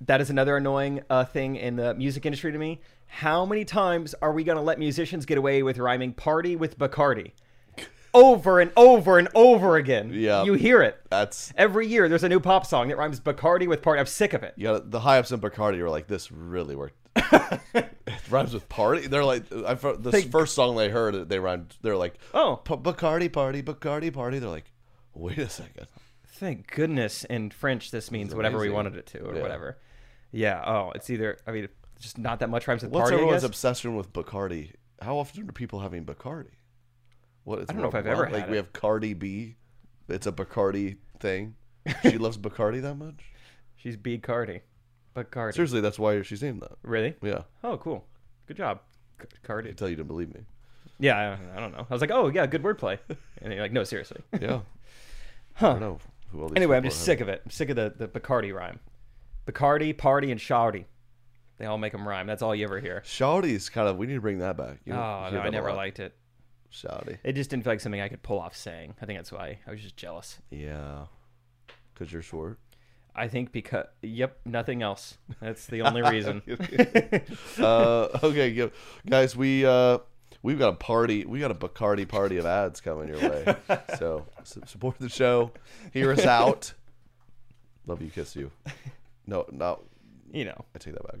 that is another annoying uh, thing in the music industry to me. How many times are we going to let musicians get away with rhyming party with Bacardi? Over and over and over again.
Yeah.
You hear it.
That's
Every year there's a new pop song that rhymes Bacardi with party. I'm sick of it.
you got the high ups in Bacardi were like, this really worked. it rhymes with party. They're like, I fir- the first song they heard, they rhymed. They're like,
Oh.
"P- Bacardi party, Bacardi party. They're like, wait a second.
Thank goodness in French this means whatever we
amazing.
wanted it to or
Yeah.
whatever. Yeah. Oh, it's either, I mean, just not that much rhymes with
What's
party. I
everyone's
guess.
obsession with Bacardi? How often are people having Bacardi? What is
I don't know if I've ever
like
had
we
it.
have Cardi B. It's a Bacardi thing. She loves Bacardi that much.
She's B. Cardi. Bacardi.
Seriously, that's why she's named that.
Really?
Yeah,
Oh, cool. Good job. C- Cardi.
I tell you to believe me.
Yeah, I don't, I don't know. I was like, oh yeah, good wordplay. And you're like, no, seriously.
Yeah. I don't know who all these
anyway, I'm
people
just
are.
sick of it. I'm sick of the, the Bacardi rhyme. Bacardi, party, and shouty. They all make them rhyme. That's all you ever hear.
Shawty's kind of. We need to bring that back. You
Oh,
don't hear
no,
that
I
a
never
lot.
liked it.
Shawty.
It just didn't feel like something I could pull off saying. I think that's why I was just jealous.
Yeah, because you're short.
I think because, yep, nothing else. That's the only reason.
Uh, okay, yeah. guys, we uh, we've got a party. We got a Bacardi party of ads coming your way. So su- support the show. Hear us out. Love you, kiss you. No, no,
you know.
I take that back.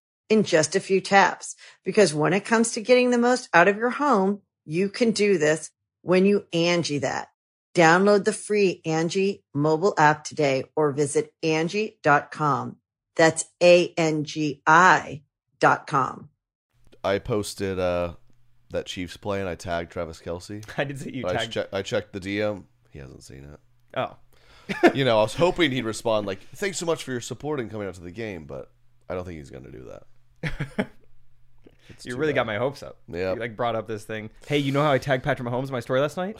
in just a few taps. Because when it comes to getting the most out of your home, you can do this when you Angie that. Download the free Angie mobile app today or visit Angie.com. That's A-N-G-I dot com.
I posted uh, that Chiefs play and I tagged Travis Kelsey.
I did see you
I,
tagged.
che- I checked the DM. He hasn't seen it.
oh.
you know, I was hoping he'd respond like, "Thanks so much for your support and coming out to the game," but I don't think he's going to do that.
Oh.
It's
You
too
really
bad.
got my hopes up.
Yeah.
You like brought up this thing. Hey, you know how I tagged Patrick Mahomes in my story last night?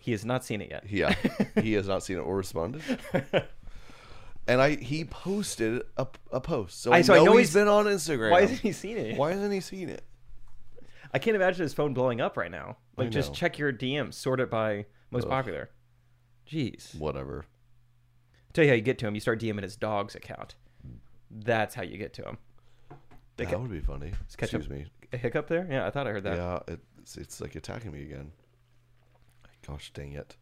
He has not seen it yet.
Yeah, he has not seen it or responded. And I, he posted a, a post, so I,
I- so I
know
know
he's
he's-
been on Instagram.
Why hasn't he seen it?
Why hasn't he seen it?
I can't imagine his phone blowing up right now. Like, just
know.
check your DMs, sort it by most popular. Jeez.
Whatever.
tell you how you get to him. You start DMing his dog's account. That's how you get to him. They
that
ca-
would be funny.
Just catch a-
Excuse me.
A hiccup there? Yeah, I thought I heard that.
Yeah, it, it's, it's like attacking me again. Gosh dang it!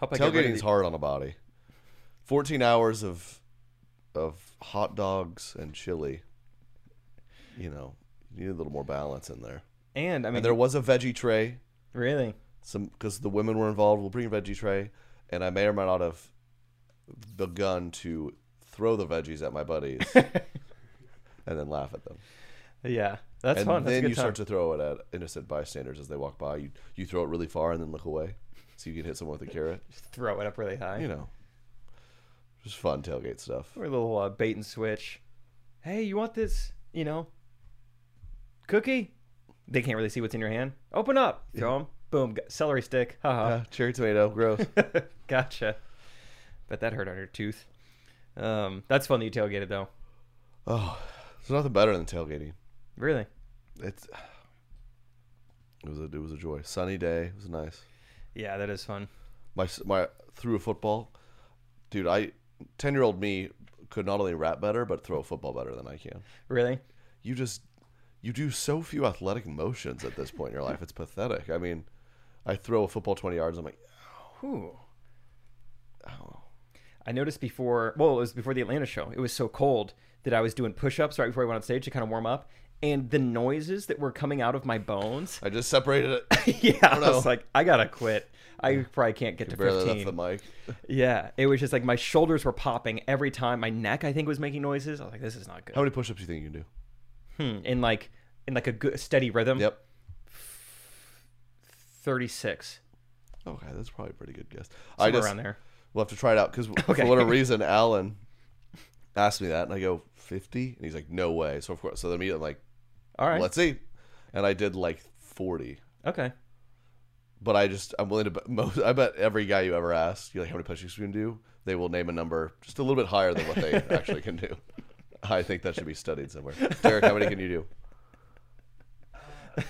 Hope I get rid of
Tailgating is
the-
hard on a body. Fourteen hours of of hot dogs and chili. You know, you need a little more balance in there.
And I mean,
and there was a veggie tray.
really,
Some because the women were involved. We'll bring a veggie tray, and I may or may not have begun to throw the veggies at my buddies, and then laugh at them.
yeah, that's
and
fun. That's a
then
good
you
time.
start to throw it at innocent bystanders as they walk by. You you throw it really far and then look away, so you can hit someone with a carrot.
throw it up really high.
You know, just fun tailgate stuff.
or a little uh, bait and switch. Hey, you want this? You know, cookie? They can't really see what's in your hand. Open up. Throw them. Boom. G- Celery stick. Haha.
Ah, cherry tomato, gross.
Gotcha. Bet that hurt on your tooth. Um, that's fun that you tailgated though.
There's nothing better than tailgating.
Really?
It's it was a it was a joy. Sunny day, it was nice.
Yeah, that is fun.
my s- my threw a football, dude. I ten year old me could not only rap better but throw a football better than I can.
Really?
You just you do so few athletic motions at this point in your life. It's pathetic. I mean, I throw a football twenty yards. I'm like,
Ooh. Oh. I noticed before, well, it was before the Atlanta show. It was so cold that I was doing push ups right before I went on stage to kind of warm up. And the noises that were coming out of my bones.
I just separated it.
yeah, I, was like, I gotta quit. I probably can't get to
Barely left
15.
the mic.
Yeah, it was just like my shoulders were popping every time. My neck, I think, was making noises. I was like, this is not good.
How many push-ups do you think you can do?
Hmm, In like in like a good steady rhythm.
Yep.
36.
Okay, that's probably a pretty good guess. I
Somewhere
just
around there.
we'll have to try it out because
Okay.
for whatever reason Alan asked me that and I go fifty and he's like, no way. So of course, so then immediately I'm like,
All right.
let's see, and I did like forty.
Okay.
but I just I'm willing to bet most. I bet every guy you ever ask, you like how many push-ups you can do, they will name a number just a little bit higher than what they actually can do. I think that should be studied somewhere. Derek, how many can you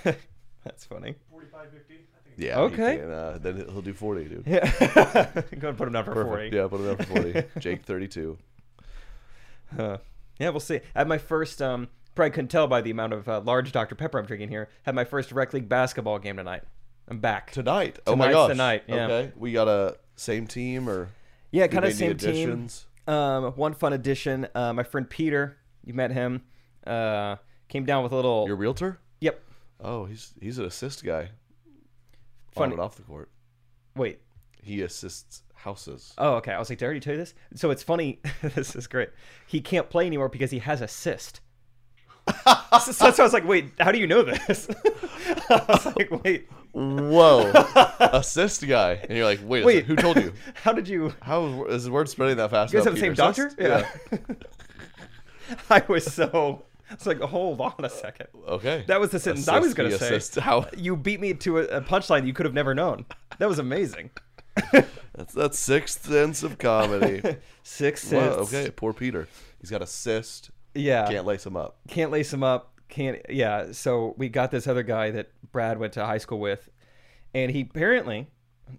do?
That's funny.
Yeah. you
Okay.
can, uh, then he'll do forty, dude.
Go and put him down for
Perfect.
40.
Yeah, put it up for forty. Jake, thirty-two.
Yeah, we'll see. I had my first, um, probably couldn't tell by the amount of uh, large Dr. Pepper I'm drinking here, had my first rec league basketball game tonight. I'm back.
Tonight. Oh my
Tonight's
gosh.
the night, yeah.
Okay. We got a same team or
Yeah,
do
kind
they
of
need
same
additions?
team. Um, one fun addition. Uh, my friend Peter, you met him, uh, came down with a little.
Your realtor?
Yep.
Oh, he's he's an assist guy.
Funny-
On and off the court.
Wait.
He assists houses.
Oh, okay. I was like, did I already tell you this? So it's funny. this is great. He can't play anymore because he has a cyst. so, so I was like, wait, how do you know this? I was like, wait,
Whoa, assist guy, and you're like, wait, wait,
Wait.
who told you?
how did you?
How is the word spreading that fast?
You guys have the
about
same
Peter's
doctor?
cyst?
Yeah. I was so. I was like, hold on a second.
Okay.
That was the sentence I was
Assist,
going
he
to say.
assists. How?
You beat me to a, a punchline you could have never known. That was amazing.
That's that's sixth sense of comedy.
Six
Wow,
cents.
okay, poor Peter. He's got a cyst.
Yeah.
Can't lace him up.
can't lace him up can't yeah so we got this other guy that brad went to high school with and he apparently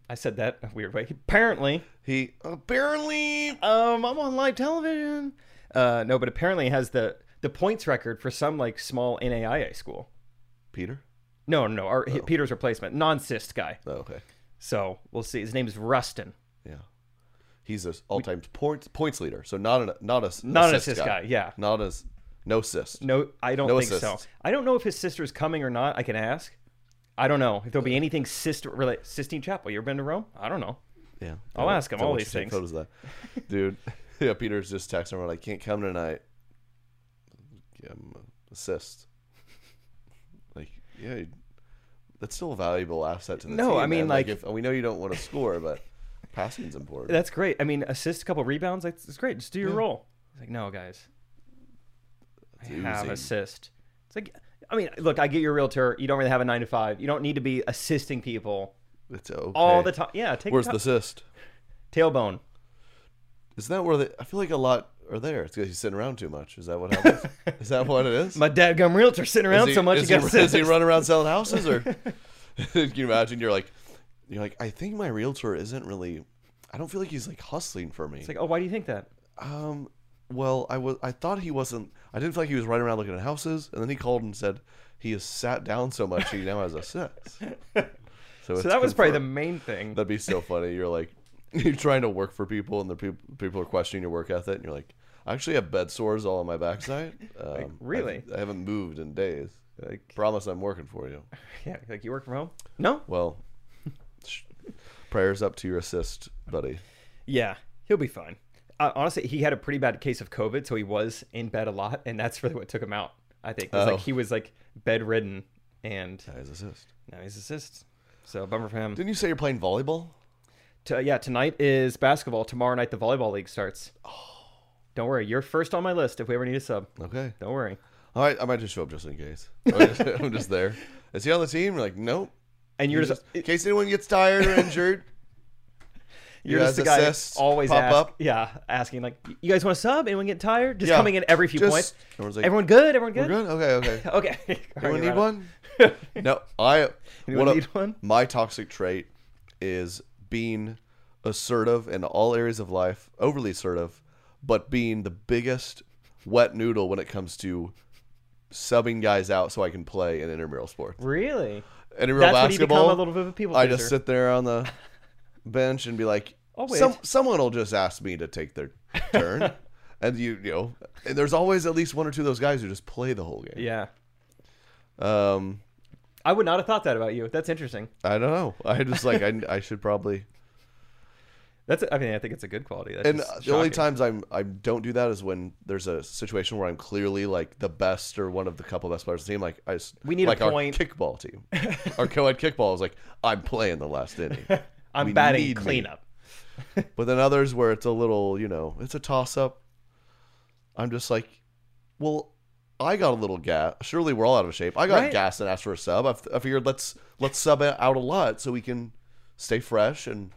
i said that in a weird way he apparently
He apparently.
um i'm on live television uh no but apparently has the the points record for some like small naia school
Peter.
no no no our he- peter's replacement non-cyst guy
Oh, okay.
so we'll see his name's rustin
Yeah. He's a all-time points points leader. So not an not a
Not an
assist
assist guy, yeah.
Not as no cyst.
no i don't
No
think so
assists.
i don't know if his sister's coming or not i can ask i don't know if there'll be anything sister related sistine chapel you ever been to rome i don't know
Yeah.
I'll ask him
Is that
all
what
these
you take
things.
Photos of that, dude. yeah, Peter's just texting around. I can't come tonight. Give him an assist. Like, yeah, you- that's still a valuable asset to the
No,
team.
I mean,
man.
like-
if, we know you don't want to score, but passing's important.
That's great. I mean, assist a couple rebounds. Like, it's great. Just do your role. It's like, no, guys. I have
oozing.
assist. It's like, I mean, look, I get your realtor. You don't really have a nine to five. You don't need to be assisting people
it's okay.
all the time. Yeah, take
Where's
ti-
the assist?
tailbone.
Isn't that where they? I feel like a lot are there. It's because he's sitting around too much. Is that what happens? is that what it is?
My dadgum realtor sitting around
Is he-
so much.
Is
you
he,
got
is he
assist.
running around selling houses, or can you imagine? You're like, you're like, I think my realtor isn't really. I don't feel like he's like hustling for me.
It's like, oh, why do you think that?
um, well, I was I thought he wasn't. I didn't feel like he was running around looking at houses, and then he called and said he has sat down so much he now has a sex. So, it's
that was probably the
confirmed.
main thing.
That'd be so funny. You're like, you're trying to work for people, and the people people are questioning your work ethic, and you're like, I actually have bed sores all on my backside. Um, I've-
really?
I haven't moved in days.
Like-
promise, I'm working for you.
yeah, like you work from home? No.
Well, sh- prayers up to your assist, buddy.
Yeah, he'll be fine. Uh, honestly, he had a pretty bad case of COVID, so he was in bed a lot, and that's really what took him out. I think 'Cause,
Oh.
like he was like bedridden, and
His assist.
now he's assist. So bummer for him.
Didn't you say you're playing volleyball?
T- uh, yeah, tonight is basketball. Tomorrow night the volleyball league starts. Oh. Don't worry, you're first on my list if we ever need a sub.
Okay.
Don't worry.
All right, I might just show up just in case. I'm just, I'm just there. Is he on the team? You're like, nope.
And you're,
You're
just,
just- in case anyone gets tired or injured,
you're
you
just the
guys
guy
assists,
always
pop
ask-
up.
yeah, asking like, you guys want a sub? Anyone get tired? Just
Yeah,
coming in every few
just-
points.
everyone's like,
everyone good? Everyone good?
we're good. Okay, okay.
Okay. All right,
Anyone
you're
need
out.
one? no, I.
Anyone
what a-
need one?
My toxic trait is being assertive in all areas of life, overly assertive, but being the biggest wet noodle when it comes to subbing guys out so I can play in intramural sports.
Really?
Intramural
That's when you become
basketball.
a little bit of a people
I just
pleaser.
sit there on the bench and be like,
I'll wait.
"Some someone will just ask me to take their turn." and you, you know, and there's always at least one or two of those guys who just play the whole game.
Yeah.
Um,
I would not have thought that about you. That's interesting.
I don't know. I just like I, I should probably.
That's. I mean, I think it's a good quality. That's
And
just
the only
shocking.
times I'm I don't do that is when there's a situation where I'm clearly like the best or one of the couple best players on the team. Like I s-
We need a
like
point.
Our kickball team, our co-ed kickball is like I'm playing the last inning.
I'm
we
batting
need me.
cleanup.
But then others where it's a little, you know, it's a toss up. I'm just like, well, I got a little gas. Surely we're all out of shape. I got
Right.
gas and asked for a sub. I, f- I figured let's let's sub it out a lot so we can stay fresh. And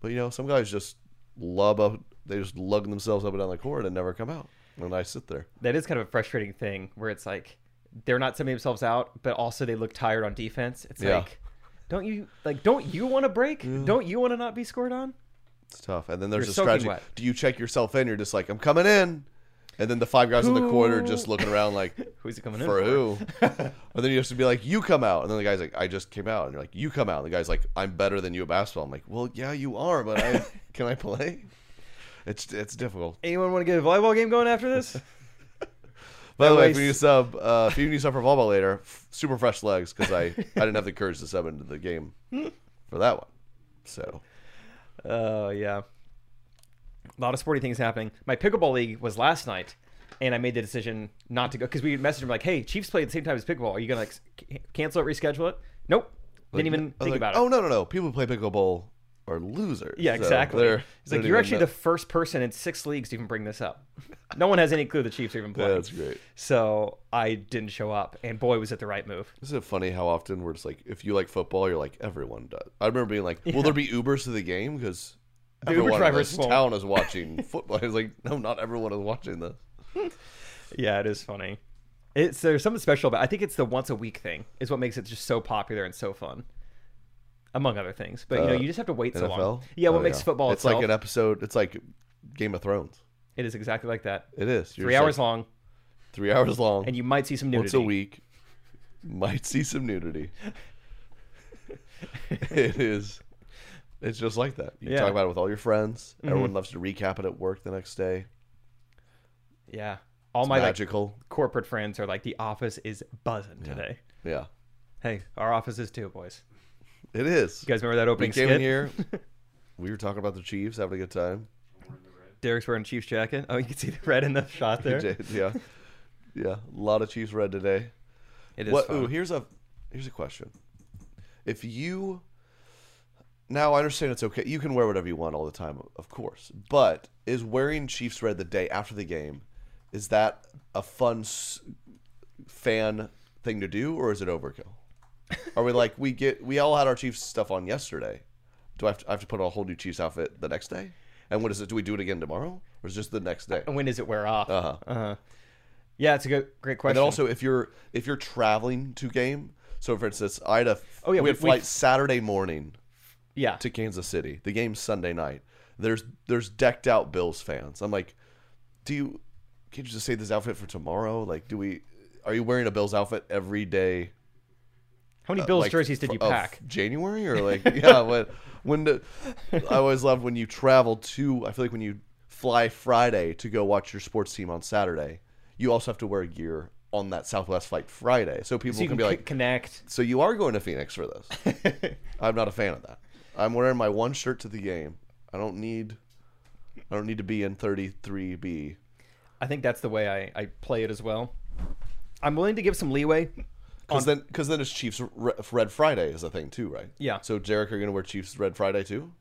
but you know, some guys just lub up. They just lug themselves up and down the court and never come out. And I sit there.
That is kind of a frustrating thing where it's like they're not sending themselves out, but also they look tired on defense. It's
Yeah.
like, don't you like? Don't you want a break? Don't you want to not be scored on?
It's tough. And then there's
You're
a
soaking
strategy.
wet.
Do you check yourself in? You're just like, I'm coming in. And then the five guys in the court are just looking around like,
Who's it coming in
for who? and then you have to be like, you come out. And then the guy's like, I just came out. And you're like, you come out. And the guy's like, I'm better than you at basketball. I'm like, well, yeah, you are, but I can I play? It's it's difficult.
Anyone want to get a volleyball game going after this?
By the way, if
waist-
you need a sub, uh, if you need a sub for volleyball later, f- super fresh legs because I, I didn't have the courage to sub into the game
Hmm.
for that one. So
Oh yeah, a lot of sporty things happening. My pickleball league was last night, and I made the decision not to go because we messaged him like, "Hey, Chiefs play at the same time as pickleball. Are you gonna like s- c- cancel it, reschedule it?" Nope, didn't even
I was
think
like,
about it.
Oh no no no! People who play pickleball are losers.
yeah,
So
exactly.
they're-
He's like,
they
"You're
don't
actually
even
the first person in six leagues to even bring this up. no one has any clue the Chiefs are even
know."
playing."
Yeah, that's great.
So I didn't show up, and boy, was it the right move.
Isn't it funny how often we're just like, if you like football, you're like, everyone does. I remember being like, will there be Ubers to the game? Because
Uber
everyone in
drivers
this
won't.
town is watching football. It's like, no, not everyone is watching this.
Yeah, it is funny. It's there's something special about. I think it's the once a week thing is what makes it just so popular and so fun, among other things. But you know,
Uh,
you just have to wait so
NFL?
long. Yeah, what
Oh,
makes football?
It's
itself,
like an episode. It's like Game of Thrones.
It is exactly like that.
It is. You're
Three
just
hours
like,
long,
Three hours long.
and you might see some nudity.
once a week. Might see some nudity. it is. It's just like that. You
Yeah. Mm-hmm.
talk about it with all your friends. Everyone loves to recap it at work the next day.
Yeah, all
It's
my like,
magical.
corporate friends are like, the office is buzzing today.
Yeah.
Hey, our office is too, boys.
It is.
You guys remember that
We
opening
came
skit?
in here. We were talking about the Chiefs having a good time.
Derek's wearing a Chiefs jacket. Oh, you can see the red in the shot there.
J- Yeah, yeah. A lot of Chiefs red today.
It is.
what?
fun.
Ooh, here's a here's a question. If you now I understand it's okay. You can wear whatever you want all the time, of course. But is wearing Chiefs red the day after the game is that a fun s- fan thing to do, or is it overkill? Are we like we get we all had our Chiefs stuff on yesterday? Do I have to, I have to put on a whole new Chiefs outfit the next day? And what is it? Do we do it again tomorrow, or is it just the next day?
And when does it wear off? Uh huh. Yeah, it's a good, great question.
Uh-huh. And then also, if you're if you're traveling to game, so for instance, I had a
Oh, yeah,
we had
we- we-
flight Saturday morning
yeah,
to Kansas City. The game's Sunday night. There's there's decked out Bills fans. I'm like, do you can't you just say this outfit for tomorrow? Like, do we? Are you wearing a Bills outfit every day?
How many
uh,
Bills
like,
jerseys did
fr-
you
of
pack?
January or like yeah, when when do, I always loved when you travel to. I feel like when you fly Friday to go watch your sports team on Saturday, you also have to wear gear on that Southwest flight Friday, so people
so you
can
can
be
c-
like,
connect.
so you are going to Phoenix for this. I'm not a fan of that. I'm wearing my one shirt to the game. I don't need I don't need to be in 33B.
I think that's the way I, I play it as well. I'm willing to give some leeway.
Cuz then cuz then it's Chiefs Re- Red Friday is a thing too, right?
Yeah.
So Jarek are you going to wear Chiefs Red Friday too?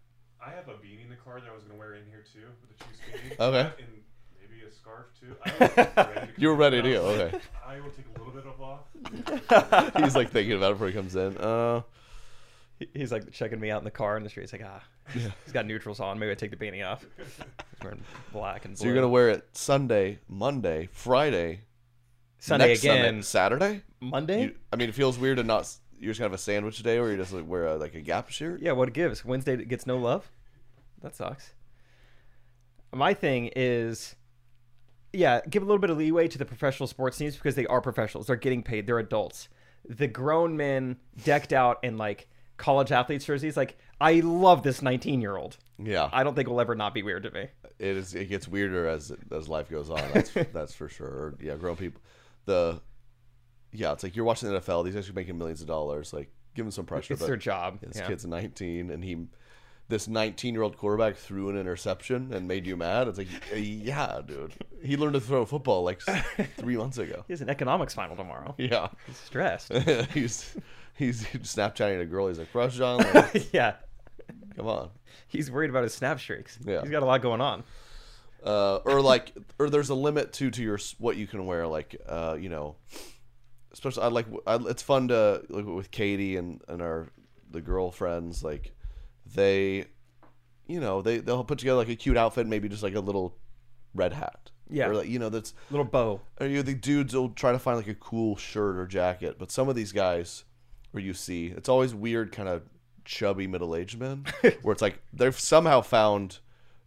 I have a beanie in the car that I was going to wear in here too, with the Chiefs beanie.
Okay.
And maybe a scarf too. I was ready to
You were
come
ready to
out.
go, okay.
I will take a little bit of off.
He's like thinking about it before he comes in. Uh
He- He's like checking me out in the car in the street. He's like, ah, he's got neutrals on. Maybe I take the beanie off. He's wearing black and blue.
so you're going to wear it Sunday, Monday, Friday,
Sunday
next
again.
Saturday?
Monday?
You- I mean, it feels weird to not s- you're just going to have a sandwich day where you just like, wear a, like a gap shirt.
Yeah, what it gives. Wednesday gets no love. That sucks. My thing is, yeah, give a little bit of leeway to the professional sports teams because they are professionals. They're getting paid. They're adults. The grown men decked out in like college athletes jerseys. Like, I love this 19 year old.
Yeah.
I don't think will ever not be weird to me.
it is it gets weirder as as life goes on. That's that's for sure. Or, yeah, grown people. The yeah, it's like you're watching the NFL. These guys are making millions of dollars. Like, give them some pressure.
It's
but
their job,
This
yeah.
kid's 19, and he, this 19 year old quarterback threw an interception and made you mad. It's like, yeah, dude, he learned to throw a football like s- three months ago.
He has an economics final tomorrow.
Yeah,
He's stressed.
he's he's Snapchatting a girl. He's like, crush John. Like,
yeah.
come on.
He's worried about his snap streaks.
Yeah.
He's got a lot going on.
uh, or like or there's a limit to to your s- what you can wear like uh you know especially i like I, it's fun to like with katie and and our the girlfriends like they you know they they'll put together like a cute outfit maybe just like a little red hat
Yeah.
or like you know that's
Little bow.
or you know, the dudes will try to find like a cool shirt or jacket, but some of these guys, or you see, it's always weird, kind of chubby middle aged men, where it's like they've somehow found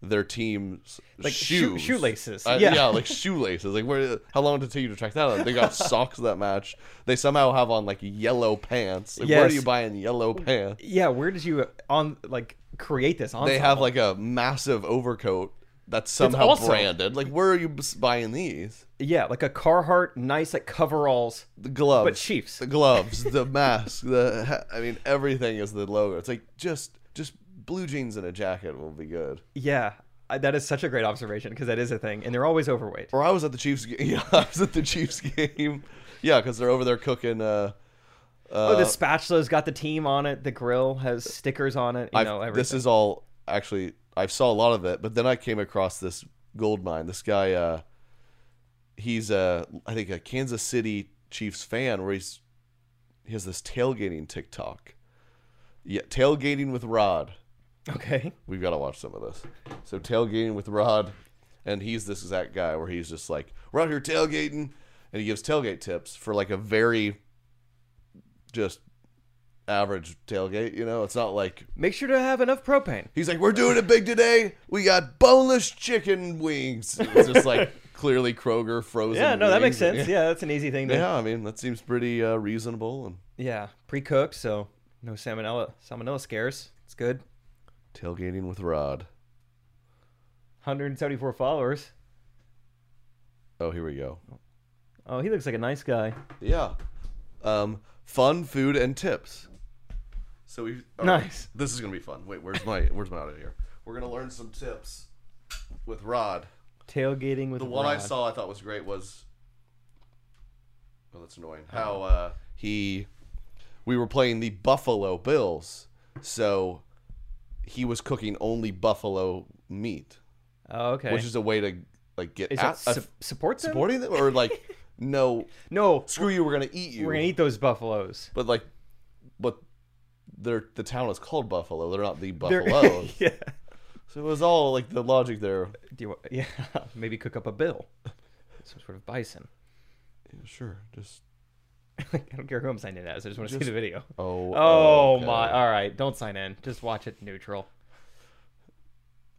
their team's
Like shoe-
shoes,
shoelaces.
Uh,
Yeah.
yeah, like shoelaces. Like where? How long did it take you to track that out? They got socks that match. They somehow have on like yellow pants. Like, Where are
Yes.
you buying yellow pants?
Yeah, where did you uh, on like create this? Ensemble?
They have like a massive overcoat that's somehow
also-
branded. Like where are you bus- buying these?
Yeah, like a Carhartt, nice like coveralls.
the gloves,
But Chiefs.
the gloves, the mask, the ha- I mean, everything is the logo. It's like just just blue jeans and a jacket will be good.
Yeah, I, that is such a great observation because that is a thing, and they're always overweight.
Or I was at the Chiefs game. Yeah, I was at the Chiefs game. Yeah, because they're over there cooking. Uh,
oh, the spatula's got the team on it. The grill has stickers on it. You
I've-
know everything.
this is all actually. I saw a lot of it, but then I came across this gold mine. This guy, uh, he's a I think a Kansas City Chiefs fan, where he's he has this tailgating TikTok. Yeah, tailgating with Rod.
okay.
we've got to watch some of this. So tailgating with Rod, and he's this exact guy where he's just like, we're out here tailgating, and he gives tailgate tips for like a very just average tailgate. You know, it's not like
Make sure to have enough propane.
he's like, we're doing it big today. We got boneless chicken wings. It's just like clearly Kroger frozen.
Yeah, no, that makes
wings.
sense. Yeah, that's an easy thing to.
Yeah.
Yeah,
I mean that seems pretty uh, reasonable and
pre-cooked, so no salmonella. Salmonella scares. It's good.
tailgating with Rod.
174 followers.
Oh, here we go.
Oh, he looks like a nice guy.
Yeah. Um, fun food and tips. So we all right,
Nice.
This is gonna be fun. Wait, where's my where's my audio here? We're gonna learn some tips with Rod.
Tailgating with
The one I
Rod.
saw I thought was great was. Well, that's annoying.
Uh-huh.
How uh, he, we were playing the Buffalo Bills, so he was cooking only buffalo meat,
Oh, okay.
which is a way to like get
Is
at,
that su-
uh,
support them?
supporting them or like no
No,
screw you we're gonna eat you
we're gonna eat those buffaloes.
but like, but they're the town is called Buffalo. They're not the Buffaloes.
yeah.
So it was all like the logic there.
Do you want, yeah, maybe cook up a bill, some sort of bison.
Sure, just
Like, I don't care who I'm signing in as. I just want to see the video.
oh
Oh
okay.
my! All right, don't sign in. Just watch it neutral.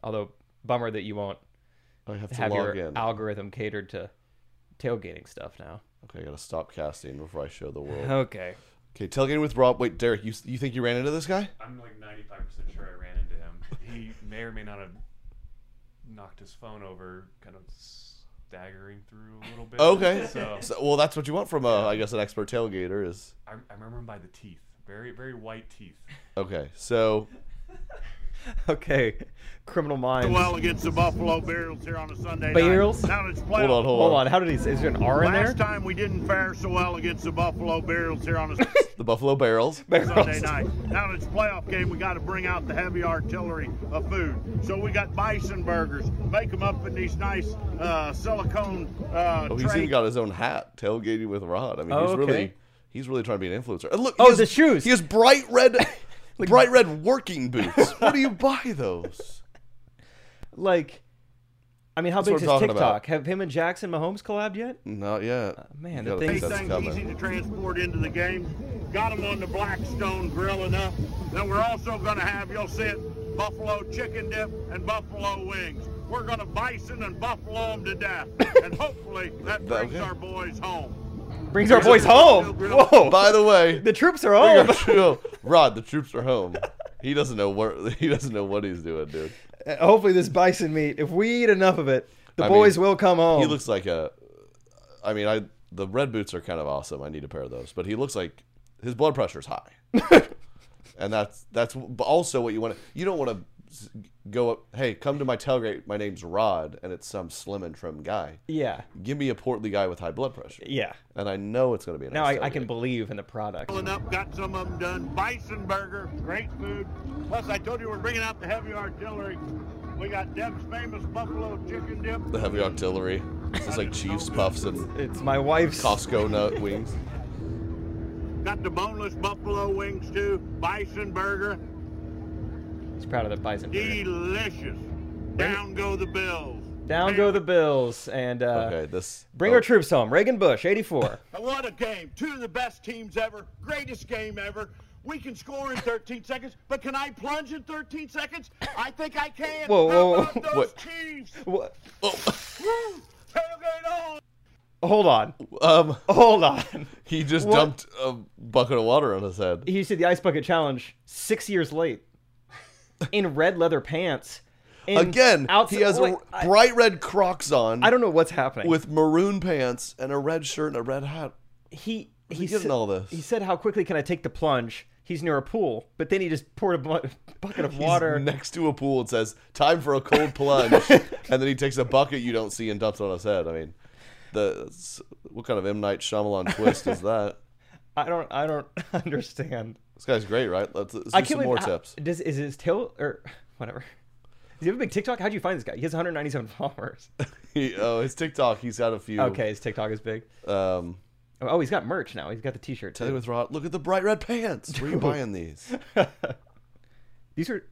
Although, bummer that you won't
I have to
have
log
your
in.
algorithm catered to tailgating stuff now.
Okay, I gotta stop casting before I show the world.
Okay.
Okay, tailgating with Rob. Wait, Derek, you you think you ran into this guy?
I'm like 95% sure I ran into him. He may or may not have knocked his phone over, kind of staggering through a little bit.
Okay.
So,
So- well, that's what you want from, uh, I guess, an expert tailgater is.
I, I remember him by the teeth. Very, very white teeth.
Okay, so
Okay. Criminal Minds.
Well, against the Buffalo Barrels here on a Sunday
Barrels?
night. Now it's playoff.
Hold on. How did he? Is there an R in
Last
there?
time we didn't fare so well against the Buffalo Barrels here on a
the Buffalo Barrels.
Sunday night. Now that it's playoff game, we got to bring out the heavy artillery of food. So we got bison burgers. Make them up in these nice uh, silicone uh,
Oh, he's
trays.
even got his own hat, tailgating with Rod. I mean,
Oh,
he's really
okay.
he's really trying to be an influencer. And look,
Oh,
the shoes. He has bright red, bright red working boots. What do you buy those?
Like, I mean, how
That's what
big is
I'm talking
TikTok?
about.
Have him and Jackson Mahomes collabed yet?
Not yet.
Uh, man, the
You gotta think
thing's-
that's
Things easy
coming.
to transport into the game. Got them on the Blackstone grill enough. Then we're also going to have, you'll see it, buffalo chicken dip and buffalo wings. We're going to bison and buffalo them to death. and hopefully that brings our boys home.
Brings our boys home. Whoa.
By the way,
the Oh. troops are
Bring
home.
our tro- Rod, the troops are home. He doesn't know where he doesn't know what he's doing, dude.
Uh, Hopefully, this bison meat. If we eat enough of it, the
I
boys
mean,
will come home.
He looks like a. I mean, I the red boots are kind of awesome. I need a pair of those, but he looks like his blood pressure's high, and that's that's also what you want. to You don't want to go up. Hey, come to my tailgate. My name's Rod, and it's some slim and trim guy.
Yeah.
Give me a portly guy with high blood pressure.
Yeah.
And I know it's going to be a nice
Now I, I can
tailgate.
believe in the product.
Filling up, got some of them done. Bison burger, great food. Plus, I told you we're bringing out the heavy artillery. We got Deb's famous buffalo chicken dip.
the heavy artillery. It's just like Chiefs puffs and
it's my wife's
Costco nut wings.
Got the boneless buffalo wings too. Bison burger,
He's proud of the bison. burger.
delicious. Down go the bills.
Down go the Bills and uh,
Okay, Oh. this
bring our troops home. Reagan Bush, 84.
And What a game. Two of the best teams ever. Greatest game ever. We can score in 13 seconds, but can I plunge in 13 seconds? I think I can.
Whoa,
How
whoa,
about
whoa.
those
What?
Chiefs?
What?
Woo! Tailgate on!
Hold on.
Um,
Hold on.
He just
Oh, What?
dumped a bucket of water on his head.
He did the ice bucket challenge six years late in red leather pants. in
Again,
outs-
he has
wait,
a r- bright red Crocs on.
I don't know what's happening.
with maroon pants and a red shirt and a red hat.
he
Where's
he
he getting
said-
all this?
He said, "How quickly can I take the plunge?" He's near a pool, but then he just poured a bu- bucket of water.
He's next to a pool and says, "Time for a cold plunge," and then he takes a bucket you don't see and dumps it on his head. I mean, the s- what kind of M Night Shyamalan twist is that?
I don't I don't understand.
This guy's great, right? Let's, let's do
I
some
can't believe-
more
how-
tips.
Does is his tail or whatever? Does he have a big TikTok? How'd you find this guy? He has 197 followers.
He, oh, his TikTok, he's got a few.
Okay, his TikTok is big.
Um,
Oh, oh, he's got merch now. He's got the T-shirt.
tell you
Too.
with Rod, look at the bright red pants. Where are you buying these?
These are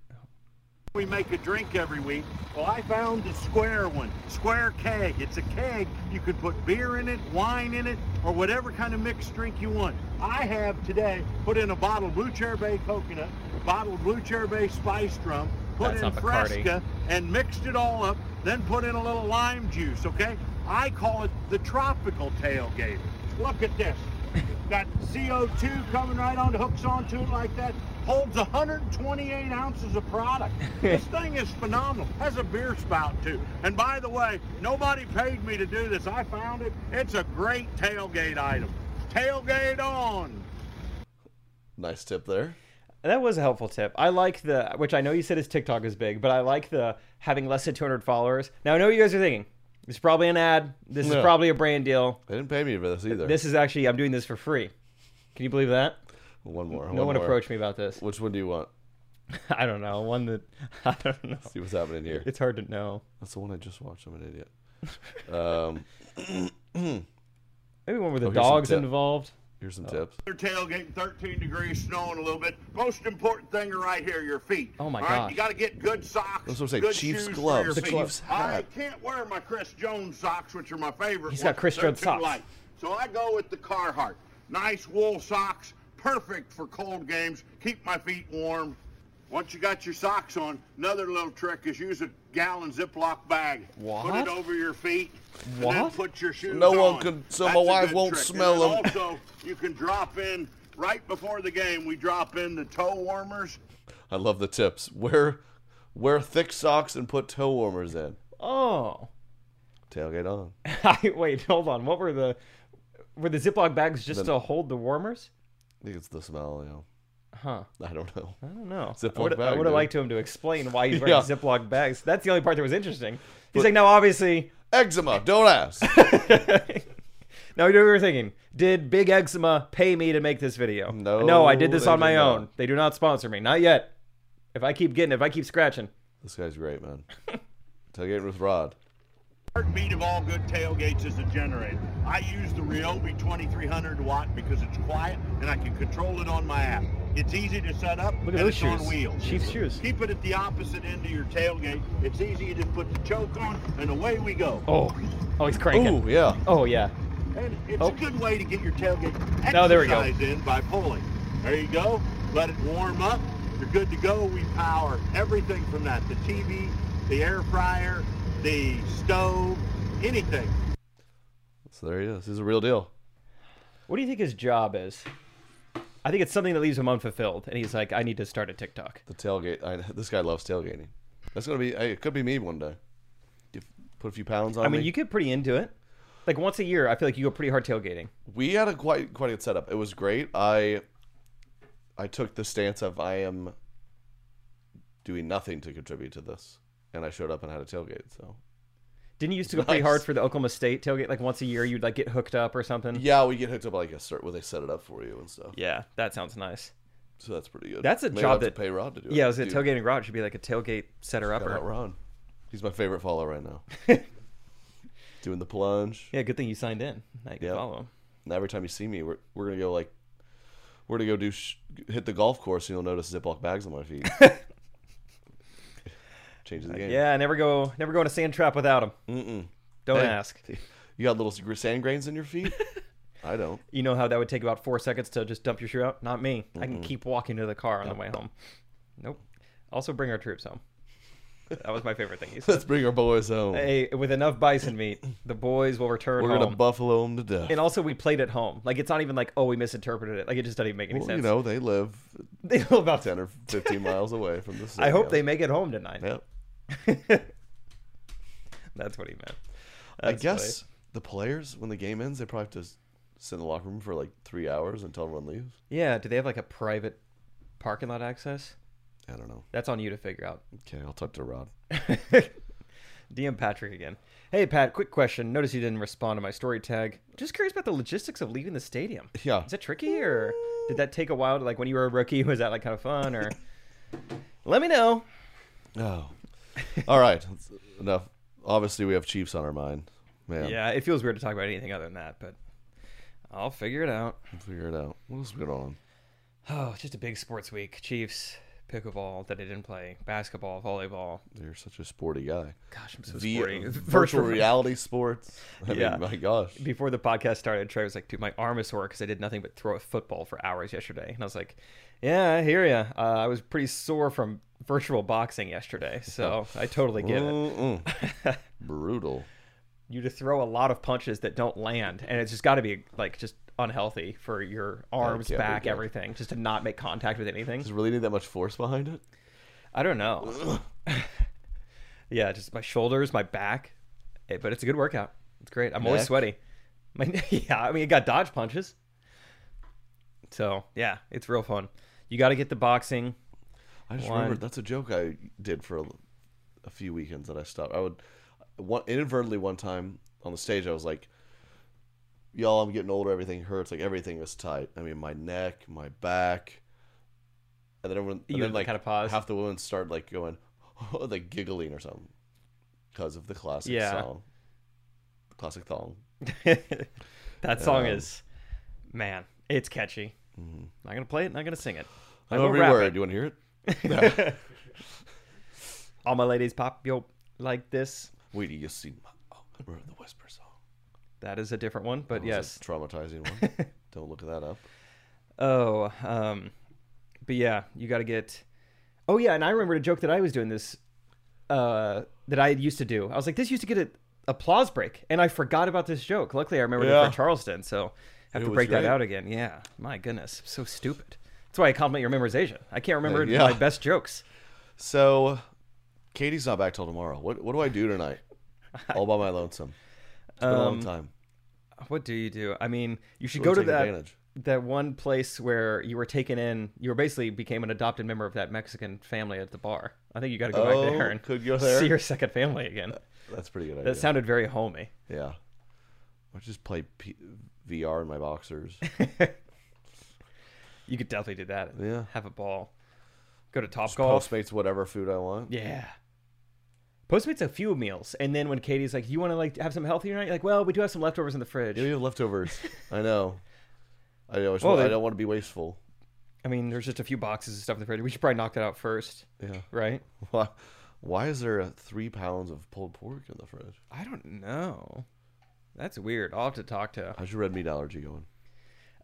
We make a drink every week. Well, I found the square one, square keg. It's a keg. You could put beer in it, wine in it, or whatever kind of mixed drink you want. I have today put in a bottle of Blue Cherry Bay coconut, a bottle of Blue Cherry Bay spice rum, put
That's
in
not Bacardi.
Fresca, and mixed it all up, then put in a little lime juice, okay? I call it the tropical tailgate. Look at this. Got CO2 coming right on, hooks onto it like that. Holds 128 ounces of product. This thing is phenomenal. Has a beer spout too. And by the way, nobody paid me to do this. I found it. It's a great tailgate item. Tailgate on.
nice tip there.
that was a helpful tip. I like the which I know you said his TikTok is big, but I like the having less than 200 followers. Now I know what you guys are thinking. This is probably an ad. This is
Yeah.
probably a brand deal.
They didn't pay me for this either.
This is actually I'm doing this for free. Can you believe that?
one more.
No one
more.
approached me about this.
Which one do you want?
I don't know. One that I don't know.
See what's happening here.
It's hard to know.
That's the one I just watched. I'm an idiot. Um,
Maybe one where the
Oh, here's some
dogs
tip.
involved.
here's some tips.
They're tailgating 13 degrees, snowing a little bit. Most important thing are right here, your feet.
Oh, my
All right,
gosh.
you got to get good socks.
That's what I'm saying,
Good
Chiefs
shoes
gloves,
For your
the
feet.
gloves
I
hat.
can't wear my Chris Jones socks, which are my favorite.
He's got
ones.
Chris
They're
Jones
too
socks.
light. So I go with the Carhartt. Nice wool socks, perfect for cold games. Keep my feet warm. Once you got your socks on, another little trick is use a gallon Ziploc bag. Put
What?
it over your feet.
What?
And then put your shoes
No
on.
one can- so my
That's a
wife
good
won't
trick.
smell
and then
'em.
Also, you can drop in right before the game. We drop in the toe warmers.
I love the tips. Wear wear thick socks and put toe warmers in.
Oh.
Tailgate on.
I, wait, hold on. What were the were the Ziploc bags just
The-
to hold the warmers?
I think it's the smell, you know.
Huh.
I don't know.
I don't know.
Ziploc
I would
bag,
have
dude.
liked him to explain why he's wearing
Yeah.
Ziploc bags. That's the only part that was interesting. He's
But-
like, now obviously,
Eczema, don't ask.
now you know what we were thinking. Did Big Eczema pay me to make this video? No. No, I did this
they
on my
did not.
own. They do not sponsor me. Not yet. If I keep getting, it, if I keep scratching,
this guy's great, man. Tailgate with Rod.
Heartbeat of all good tailgates is a generator. I use the Ryobi 2300 watt because it's quiet and I can control it on my app. It's easy to set up
Look at
and
those
it's on
shoes.
wheels.
Chiefs shoes.
Keep it at the opposite end of your tailgate. It's easy to just put the choke on and away we go.
oh, oh, he's cranking.
Ooh, yeah.
Oh yeah.
And it's
Oh.
a good way to get your tailgate exercise
No, there we go.
in by pulling. There you go. Let it warm up. You're good to go. We power everything from that. The TV, the air fryer, the stove, anything.
So there he is. He's a real deal.
What do you think his job is? I think it's something that leaves him unfulfilled, and he's like, I need to start a TikTok.
The tailgate. I, this guy loves tailgating. That's gonna be. Hey, it could be me one day. You put a few pounds on
I mean,
me.
you get pretty into it. Like once a year, I feel like you go pretty hard tailgating.
we had a quite quite a good setup. It was great. I I took the stance of I am doing nothing to contribute to this, and I showed up and had a tailgate. So
Didn't you used to go pretty
Nice.
hard for the Oklahoma State tailgate? Like once a year, you'd like get hooked up or something.
yeah, we get hooked up like a cert where they set it up for you and stuff.
Yeah, that sounds nice.
So that's pretty good.
That's a
Maybe I
job
have
that
to pay Rod to do.
Yeah, I
it.
was at
Dude,
tailgating Rod should be like a tailgate setter
shout out
upper.
Rod. He's my favorite follow right now. doing the plunge.
Yeah, good thing you signed in. Now you can
Yep.
follow him.
And every time you see me, we're, we're gonna go like, we're gonna go do sh- hit the golf course, and you'll notice Ziploc bags on my feet. Changes the
Uh, Yeah.
game.
never go, never go in a sand trap without him.
Mm-mm.
Don't
Hey,
ask.
You got little secret sand grains in your feet? I don't.
You know how that would take about four seconds to just dump your shoe out? Not me. I can keep walking to the car on the way home. Nope. Also, bring our troops home. That was my favorite thing. He said.
Let's bring our boys home.
hey, with enough bison meat, the boys will return
we're
home.
gonna buffalo them to death.
and also, we played at home. Like it's not even like, oh, we misinterpreted it. Like it just doesn't even make any
Well,
sense.
you know, they live
they know about
ten or fifteen miles away from the city.
I hope they make it home tonight.
Yep.
That's what he meant.
I
That's
guess the players, when the game ends, they probably have to s- sit in the locker room for like three hours until everyone leaves.
funny. Yeah. Do they have like a private parking lot access?
I don't know.
That's on you to figure out.
Okay, I'll talk to Rod.
DM Patrick again. Hey Pat, quick question. Notice you didn't respond to my story tag. Just curious about the logistics of leaving the stadium.
Yeah.
Is that tricky or did that take a while to like when you were a rookie? Was that like kind of fun or let me know.
Oh. All right. That's Enough. Obviously, we have Chiefs on our mind. Man,
Yeah, it feels weird to talk about anything other than that, but I'll figure it out.
we'll figure it out. What else is going on?
Oh, it's just a big sports week. Chiefs, pickleball that I didn't play, basketball, volleyball.
You're such a sporty guy.
Gosh, I'm so
V-
sporty.
virtual reality sports. I
Yeah.
mean, my gosh.
Before the podcast started, Trey was like, "Dude, my arm is sore because I did nothing but throw a football for hours yesterday." And I was like, "Yeah, I hear ya. Uh, I was pretty sore from virtual boxing yesterday, so I totally get it.
Mm-mm. Brutal.
You just throw a lot of punches that don't land, and it's just got to be like just unhealthy for your arms,
can't be
back,
good.
everything, just to not make contact with anything.
Does it really need that much force behind it?
I don't know. yeah, just my shoulders, my back. Eh, But it's a good workout. It's great. I'm always
Neck?
sweaty. My yeah, I mean, it got dodge punches. So yeah, it's real fun. You got to get the boxing.
I just
One.
remembered that's a joke I did for a, a few weekends that I stopped. I would one, inadvertently one time on the stage I was like, "Y'all, I'm getting older. Everything hurts. Like everything is tight. I mean, my neck, my back." And then everyone, and
You
then like
kinda paused.
half the women start like going, like giggling or something, because of the classic
Yeah.
song, classic thong.
that song
Um, Mm-hmm.
is, man, it's catchy. Not gonna play it. Not gonna sing it.
I
I
know
will
every
rap
word.
it.
You want to hear it?
All my ladies pop yo like this.
Wait, you see my? Oh, I remember the whisper song.
That is a different one, but
That was a
yes,
traumatizing one. Don't look that up.
Oh, um, but yeah, you got to get. Oh yeah, and I remembered a joke that I was doing this uh, that I used to do. I was like, this used to get an applause break, and I forgot about this joke. Luckily, I remembered it
Yeah.
for Charleston, so I
It
have to
was
break that
great.
out again. Yeah, my goodness, so stupid. That's why I compliment your memorization. I can't remember
Yeah.
my best jokes.
So, Katie's not back till tomorrow. What what do I do tonight? All by my lonesome. It's been a long
Um,
time.
What do you do? I mean, you should
Really
go to
take
that
advantage.
that one place where you were taken in. You were basically became an adopted member of that Mexican family at the bar. I think you got to go
Oh,
back there and
could go there? Uh,
see your second family again.
That's pretty good.
That
idea.
sounded very homey.
Yeah. I just play P- VR in my boxers.
You could definitely do that.
Yeah.
Have a ball. Go to Top Golf.
Postmates whatever food I want.
Yeah. Postmates a few meals, and then when Katie's like, "You want to like have some healthy tonight?" You're like, "Well, we do have some leftovers in the fridge."
You have leftovers. I know. I always
Well,
want- I
they-
don't want to be wasteful.
I mean, there's just a few boxes of stuff in the fridge. We should probably knock that out first.
Yeah.
Right.
Why, why is there a three pounds of pulled pork in the fridge?
I don't know. That's weird. I'll have to talk to.
How's your red meat allergy going?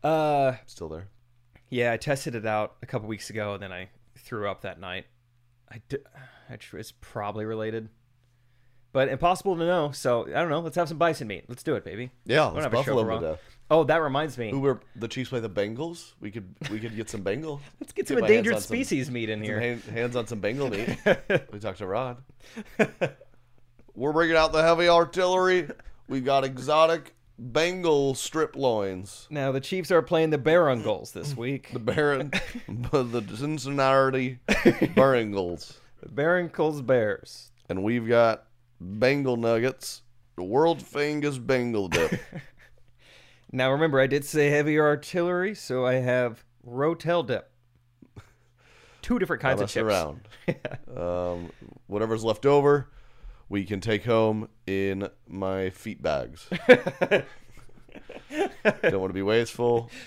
Uh,
Still there?
yeah, I tested it out a couple weeks ago, and then I threw up that night. I, d- I tr- it's probably related, but impossible to know. So I don't know. Let's have some bison meat. Let's do it, baby.
Yeah,
We'll
let's
have a show
buffalo
for
them to
all-
death.
Oh, that reminds me.
Who were the Chiefs play the Bengals? We could we could get some Bengal. Let's
get some endangered species meat in here.
hands on some Bengal meat. we talked to Rod. We're bringing out the heavy artillery. We've got exotic Bengal strip loins.
Now the Chiefs are playing the Barungals this week.
The Baron, the Cincinnati Bengals.
Barungals Bears.
And we've got Bengal nuggets, the world famous Bengal dip.
Now remember, I did say heavy artillery, so I have Rotel dip. Two different kinds of
mess
chips.
around. um, whatever's left over, we can take home in my feet bags. Don't want to be wasteful.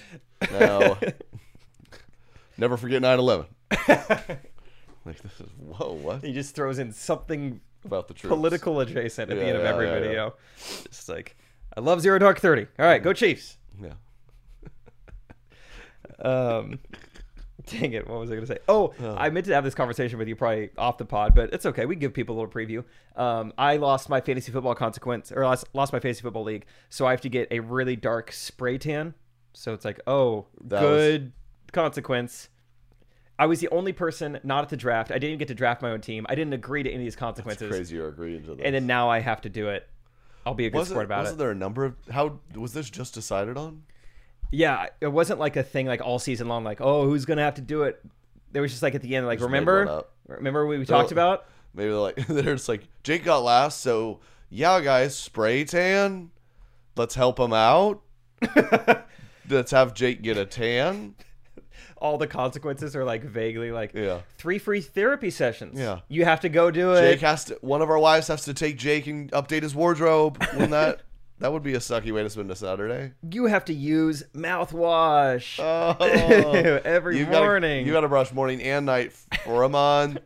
Now, never forget 9 11. like, this is, whoa, what?
He just throws in something
About the troops.
political adjacent at the
Yeah,
end of
yeah,
every
yeah, yeah.
video. It's like, I love Zero Dark Thirty. All right,
Mm-hmm.
go Chiefs.
Yeah.
Um, dang it, what was I going to say? Oh,
Uh.
I meant to have this conversation with you probably off the pod, but it's okay. We can give people a little preview. Um, I lost my fantasy football consequence, or lost, lost my fantasy football league, so I have to get a really dark spray tan. So it's like, oh,
That was-
good consequence. I was the only person not at the draft. I didn't even get to draft my own team. I didn't agree to any of these
It's
consequences.
crazy you're agreeing to this.
And then now I have to do it. I'll be a good
wasn't,
sport about
wasn't
it.
there a number of. How Was this just decided on?
Yeah, it wasn't like a thing like all season long, like, oh, who's going to have to do it? There was just like at the end, like,
Just made one
remember?
up.
Remember we talked about?
Maybe they're like they're just like Jake got last, so yeah, guys, spray tan. Let's help him out. Let's have Jake get a tan.
all the consequences are like vaguely like
Yeah.
three free therapy sessions.
Yeah.
You have to go do it.
Jake has to. One of our wives has to take Jake and update his wardrobe. Wouldn't that that would be a sucky way to spend a Saturday?
you have to use mouthwash
Oh,
Oh, every
You've gotta-
morning.
you got to brush morning and night for a month.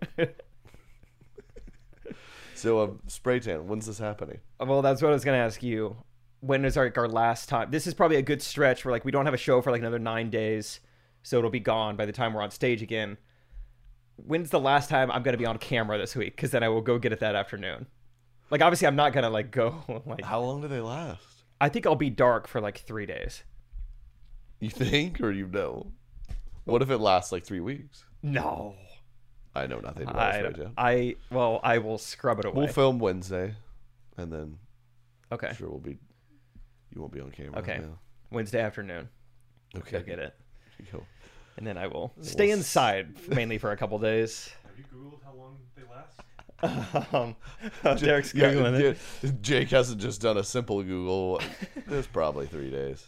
so um, spray tan. When's this happening?
well, that's what I was gonna ask you. When is like our last time? This is probably a good stretch where like we don't have a show for like another nine days, so it'll be gone by the time we're on stage again. When's the last time I'm gonna be on camera this week? Because then I will go get it that afternoon. Like obviously I'm not gonna like go like
How long do they last?
I think I'll be dark for like three days.
You think or you know? What if it lasts like three weeks?
No.
I know nothing about
I,
this right now.
I well, I will scrub it away.
We'll film Wednesday, and then
Okay.
sure we'll be. You won't be on camera.
Okay.
yeah.
Wednesday afternoon.
Okay.
Go get it.
Cool.
And then I will stay
We'll s-
inside mainly for a couple days.
Have you Googled how long they last?
Um, Derek's
Yeah,
Googling it.
Ja- Jake hasn't just done a simple Google. It's probably three days.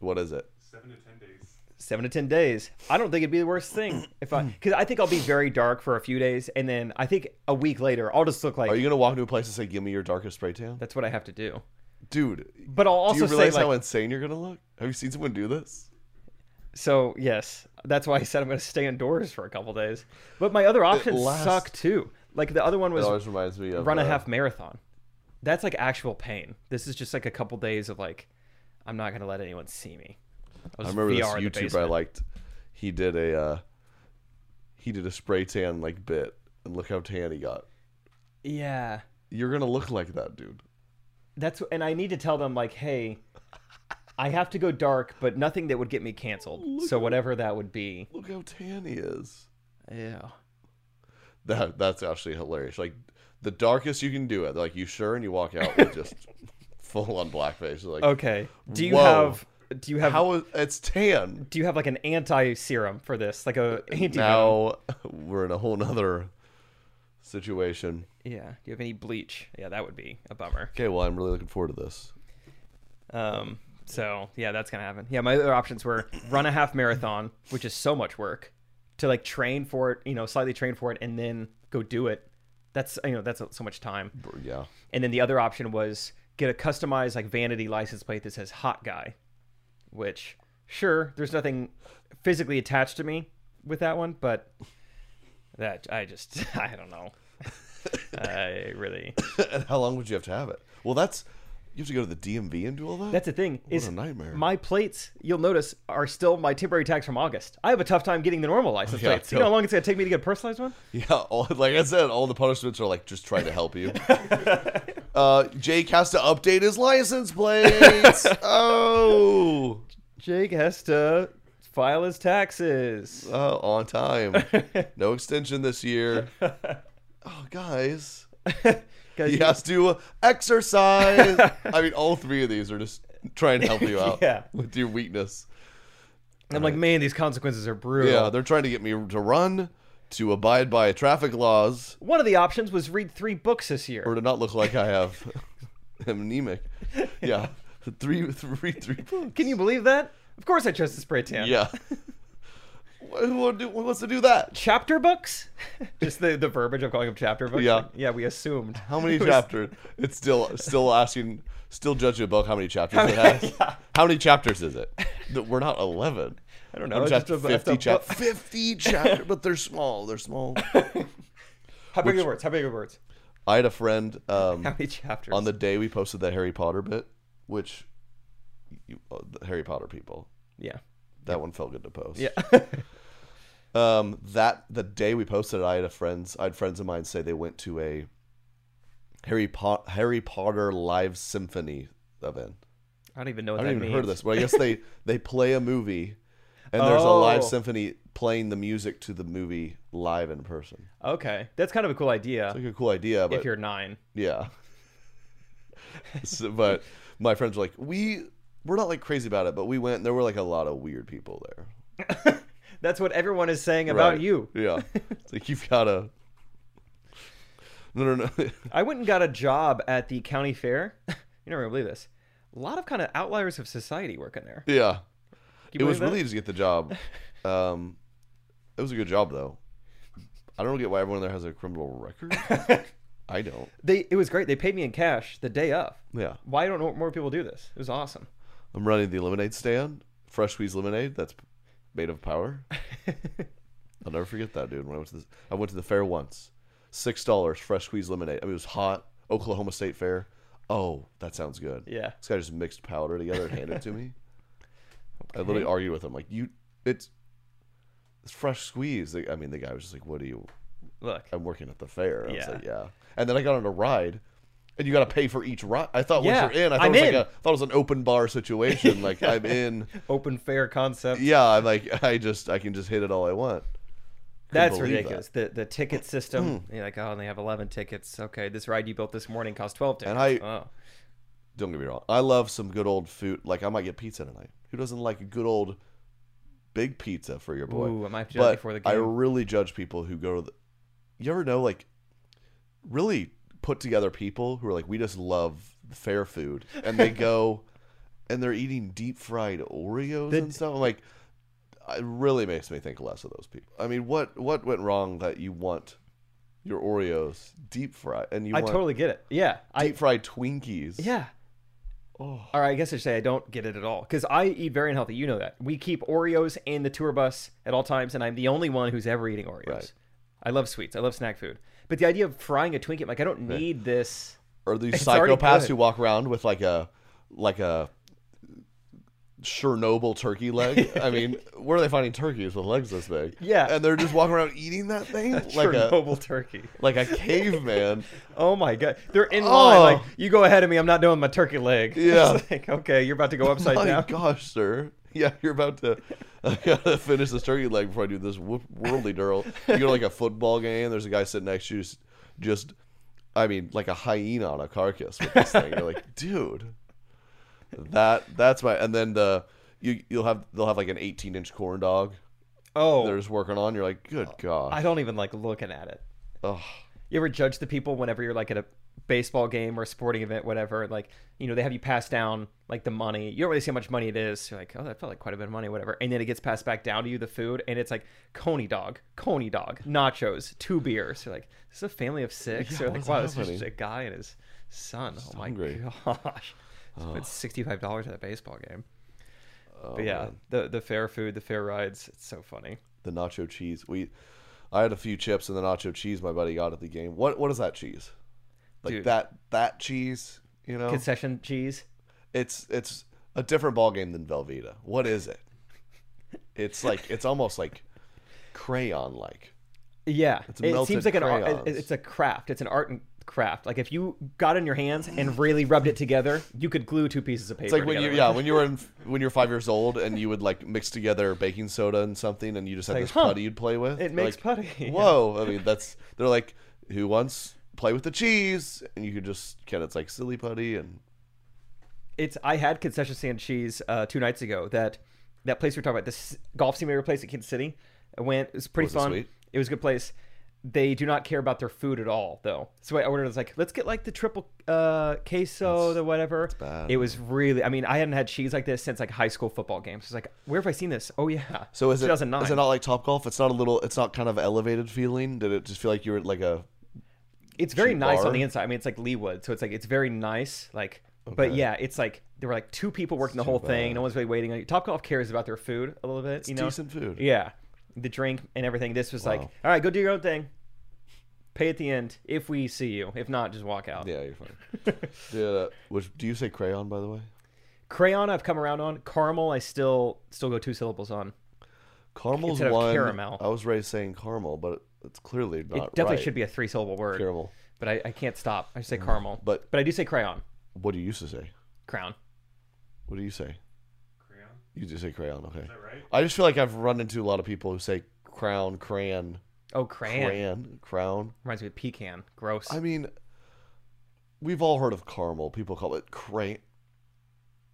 What is it?
Seven to ten days.
Seven to ten days. I don't think it'd be the worst thing if I, because I think I'll be very dark for a few days, and then I think a week later I'll just look like
Are you gonna walk into a place and say, "Give me your darkest spray tan,"
that's what I have to do.
dude?
But I'll also
do you
say,
realize
like-
how insane you're gonna look? Have you seen someone do this?
So yes, that's why I said I'm going to stay indoors for a couple days. But my other options
lasts-
suck too. Like the other one
It
was
always reminds me of
run a
uh,
half marathon. That's like actual pain. This is just like a couple days of like, I'm not gonna let anyone see me.
I remember
in the
this YouTube I
basement.
liked. He did a uh, he did a spray tan like bit, and look how tan he got.
Yeah.
You're gonna look like that dude.
That's and I need to tell them like, hey, I have to go dark, but nothing that would get me canceled. so whatever that would be.
Look how tan he is.
Yeah.
That that's actually hilarious. Like the darkest you can do it. Like you sure, and you walk out with just full on blackface. Like
Okay. Do you
"Whoa."
have do you have
how is it's tan?
do you have like an anti serum for this? Like a anti
Now we're in a whole nother situation.
Yeah. Do you have any bleach? Yeah, that would be a bummer.
Okay, well I'm really looking forward to this.
Um so yeah, that's gonna happen. Yeah, my other options were run a half marathon, which is so much work, to like train for it, you know, slightly train for it and then go do it. That's you know, that's so much time.
Yeah.
And then the other option was get a customized like vanity license plate that says hot guy, which sure, there's nothing physically attached to me with that one, but that I just I don't know. I really
and how long would you have to have it? Well, that's you have to go to the DMV and do all that.
That's the thing.
What
Is
a nightmare.
My plates, you'll notice, are still my temporary tags from August. I have a tough time getting the normal license
Yeah,
plates. You know how
don't-
long it's gonna take me to get a personalized one?
Yeah, all, like I said, all the punishments are like just trying to help you. uh, Jake has to update his license plates. oh,
Jake has to file his taxes.
uh, on time. No extension this year. Oh, guys,
Guys,
he
you-
has to exercise. I mean, all three of these are just trying to help you out
Yeah.
with your weakness.
I'm like, man, these consequences are brutal.
Yeah, they're trying to get me to run, to abide by traffic laws,
One of the options was read three books this year.
or to not look like I have am anemic. Yeah, three, three, three books.
Can you believe that? Of course I chose to spray tan.
Yeah. Wha- Who would do- who wants to do that?
Chapter books? Just the, the verbiage of calling them chapter books.
Yeah.
Like, yeah, we assumed.
How many
It was-
chapters? It's still still asking, still judging a book how many chapters it has. How many chapters is it? Th- We're not eleven. I
don't know,
Just
just a-
fifty
just a
chap.
book.
Fifty chapter, but they're small. They're small.
How big are the words? How big are the words?
I had a friend um,
How many chapters?
on the day we posted the Harry Potter bit, which you, uh, the Harry Potter people
Yeah.
That one felt good to post.
Yeah.
um, that the day we posted it, I had a friends, I had friends of mine say they went to a Harry Pot Harry Potter live symphony event.
I don't even know
I
what
haven't
that
even
means.
heard of this, but I guess they they play a movie, and there's a live
Oh.
symphony playing the music to the movie live in person.
Okay. That's kind of a cool idea
It's like a cool idea, but
if you're nine.
yeah. So- but my friends were like, we we're not like crazy about it, but we went. and There were like a lot of weird people there.
That's what everyone is saying about
Right.
you.
Yeah. It's like you've got to. No, no, no.
I went and got a job at the county fair. You're never going to believe this. A lot of kind of outliers of society working there.
yeah.
Can
It
you believe
was
that?
really easy to get the job. Um, it was a good job though. I don't get why everyone there has a criminal record. I don't.
They it was great. They paid me in cash the day of.
Yeah.
Why don't more people do this? It was awesome.
I'm running the lemonade stand, fresh squeezed lemonade that's made of power. I'll never forget that, dude. When I went to the, I went to the fair once, six dollars fresh squeezed lemonade. I mean, it was hot. Oklahoma State Fair. Oh, that sounds good.
Yeah.
this guy just mixed powder together and handed it to me. I literally argue with him like, you, it's, it's fresh squeezed. Like, I mean, the guy was just like, what do you?
Look.
I'm working at the fair. And I was
Yeah.
like, yeah. And then I got on a ride, and you got to pay for each ride. I thought
Yeah,
once you're in, I thought
I'm
it was
in.
like a, I thought it was an open bar situation. like I'm in.
Open fair concept.
Yeah, I'm like I just I can just hit it all I want. Couldn't
That's
believe that. Mm.
ridiculous. The the ticket system. You're like, oh, and they have 11 tickets. Okay, this ride you built this morning cost 12 tickets.
And I-
oh.
Don't get me wrong. I love some good old food. Like I might get pizza tonight. Who doesn't like a good old big pizza for your boy?
Ooh, I might have to do that
but
before the
I
game.
really judge people who go to the. You ever know like, really put together people who are like we just love fair food and they go, and they're eating deep fried Oreos and stuff. I'm like, it really makes me think less of those people. I mean, what what went wrong that you want your Oreos deep fried and you
I
want
totally get it. Yeah. I
deep fried Twinkies?
yeah.
Oh.
All right, I guess I should say I don't get it at all because I eat very unhealthy. You know that. We keep Oreos in the tour bus at all times, and I'm the only one who's ever eating Oreos.
Right.
I love sweets. I love snack food. But the idea of frying a Twinkie, I'm like I don't need this.
Or these
It's already
psychopaths
good.
who walk around with like a like a Chernobyl turkey leg. I mean, where are they finding turkeys with legs this big?
Yeah.
and they're just walking around eating that thing like
Chernobyl
a
turkey.
like a caveman.
oh my god, they're in line. Like
Oh.
you go ahead of me, I'm not doing my turkey leg.
Yeah. Oh
It's like, okay, you're about to go upside
My
down.
gosh, sir. Yeah, you're about to. I gotta finish this turkey leg before I do this wo- worldly dirl. You go to like a football game. There's a guy sitting next to you, s- just, I mean, like a hyena on a carcass with this thing. You're like, dude, that that's my. And then the you you'll have they'll have like an 18 inch corn dog.
Oh. Uh,
they're just working on. You're like, good god.
I don't even like looking at it.
Ugh.
You ever judge the people whenever you're like at a baseball game or a sporting event, whatever? Like, you know, they have you pass down like the money. You don't really see how much money it is. You're like, oh, that felt like quite a bit of money, whatever. And then it gets passed back down to you, the food, and it's like Coney dog, Coney dog, nachos, two beers. You're like, this is a family of six.
Yeah,
you're
what
like,
is
wow, this is
happening?
just a guy and his son. oh my
hungry.
gosh,
Ugh.
it's sixty-five dollars at a baseball game.
Oh,
but yeah,
man.
the the fair food, the fair rides. It's so funny.
the nacho cheese. We, I had a few chips and the nacho cheese my buddy got at the game. What what is that cheese? Like
Dude.
that that cheese, you know?
Concession cheese.
It's it's a different ball game than Velveeta. What is it? It's like it's almost like crayon like.
Yeah,
It's
it
melted
seems like an art,
crayons.
it- it's a craft. It's an art and craft. Like if you got in your hands and really rubbed it together, you could glue two pieces of paper.
It's like when you
together.
yeah, when you were in when you're 5 years old and you would like mix together baking soda and something and you just had
Like,
this
huh,
putty you'd play with.
it
You're
makes
like,
putty, yeah.
Whoa. I mean, that's they're like who wants play with the cheese and you could just kind of it's like silly putty and
it's I had concession stand cheese uh, two nights ago. That that place we were talking about, this golf simulator place at Kansas City. I went. It was pretty
Was it
fun.
sweet?
It was a good place. They do not care about their food at all, though. So I ordered. I was like, let's get like the triple uh, queso, the whatever. It was really. I mean, I hadn't had cheese like this since like high school football games. It's like, where have I seen this? Oh yeah.
So is it, is it
2009.
not like Top Golf? It's not a little. It's not kind of elevated feeling. Did it just feel like you were at like a?
it's very
cheap
nice
bar.
on the inside. I mean, it's like Leewood, so it's like it's very nice. Like, but
Okay.
yeah, it's like there were like two people working the whole thing. No one's really waiting on you. Top Golf cares about their food a little bit. you know,
decent food.
Yeah, the drink and everything. This was like, all
Wow.
right, go do your own thing. Pay at the end if we see you. If not, just walk out.
Yeah, you're fine. yeah. that- Which do you say crayon by the way?
Crayon, I've come around on. Caramel, I still still go two syllables on.
Caramel's
Instead of
one.
caramel.
I was raised saying caramel, but it's clearly not.
It definitely
right.
should be a three syllable word.
Caramel.
But I, I can't stop. I just say caramel.
But-
but I do say crayon.
What do you used to say?
Crown.
What do you say?
Crayon?
You just say crayon. Okay. Is
that right?
I just feel like I've run into a lot of people who say crown, crayon,
Oh, crayon.
crayon, crown.
Reminds me of pecan. Gross.
I mean, we've all heard of caramel. People call it crayon.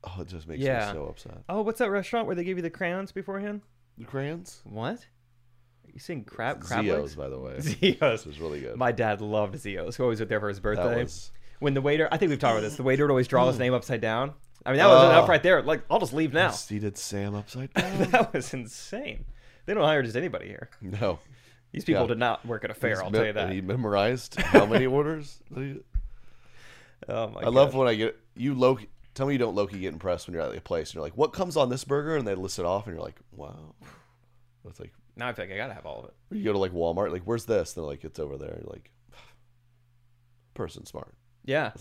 Oh, it just makes
Yeah.
me so upset.
Oh, what's that restaurant where they give you the crayons beforehand?
Crayons.
What? Are you saying crab? Crab legs?
Zio's, by the way.
Zio's.
This was really good.
My dad loved Zio's. Who always was there for his birthday.
was- Hmm.
When the waiter, I think we've talked about this. The waiter would always draw his name upside down. I mean, that was enough
Oh.
right there. Like, I'll just leave now.
He did Sam upside down.
that was insane. They don't hire just anybody here.
no.
These people
Yeah.
did not work at a fair.
He's
I'll
mem-
tell you that.
He memorized how many orders. that he-
oh my!
I love when I get you Loki. Tell me you don't Loki get impressed when you're at a place and you're like, "What comes on this burger?" and they list it off, and you're like, "Wow." It's like
Now I feel like I gotta have all of it.
you go to like Walmart, like, "Where's this?" They're like, "It's over there." You're like, person smart.
Yeah.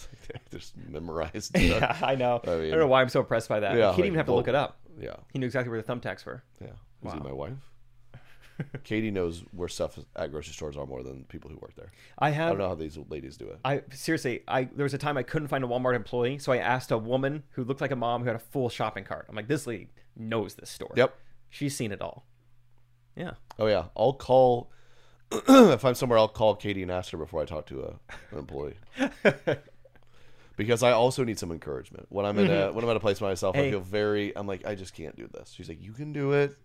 Just memorized. the-
yeah, I know. I,
mean-
don't know why I'm so impressed by that.
Yeah,
he didn't
like,
even have to look
whoa.
it up.
Yeah.
He knew exactly where the thumbtacks were.
Yeah. Is he
Wow.
my wife? Katie knows where stuff at grocery stores are more than people who work there.
I
I
have
don't know how these ladies do it.
I seriously, I there was a time I couldn't find a Walmart employee, so I asked a woman who looked like a mom who had a full shopping cart. I'm like, this lady knows this store.
Yep.
she's seen it all. Yeah,
Oh yeah, I'll call if I'm somewhere. I'll call Katie and ask her before I talk to a, an employee because I also need some encouragement when I'm in a when I'm at a place by myself.
Mm-hmm. Hey.
I feel very. I'm like I just can't do this. She's like, you can do it.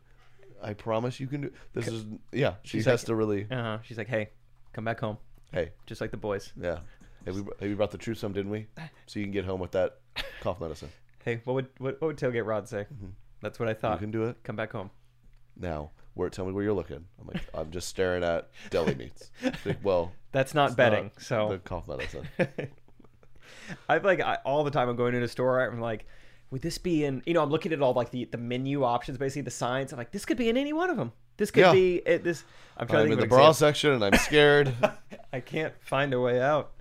I promise you can do. This is yeah. She
She's
has
like-
to really.
uh, she's like, hey, come back home,
Hey,
just like the boys.
yeah. Hey, we, hey, we brought the truth some, didn't we? So you can get home with that cough medicine.
Hey, what would what, what would tailgate Rod say? That's what I thought.
Mm-hmm. You can do it
Come back home.
now. Where tell me where you're looking. I'm like I'm just staring at deli meats. She's like, well,
That's not
it's
betting.
not the
so
cough medicine.
I feel like I, all the time I'm going into a store. I'm like, would this be in? You know, I'm looking at all like the the menu options, basically the signs. I'm like, this could be in any one of them. This could
Yeah.
be at this. I'm trying
I'm
to
in
think
the
of an
bra
example.
section and I'm scared.
I can't find a way out.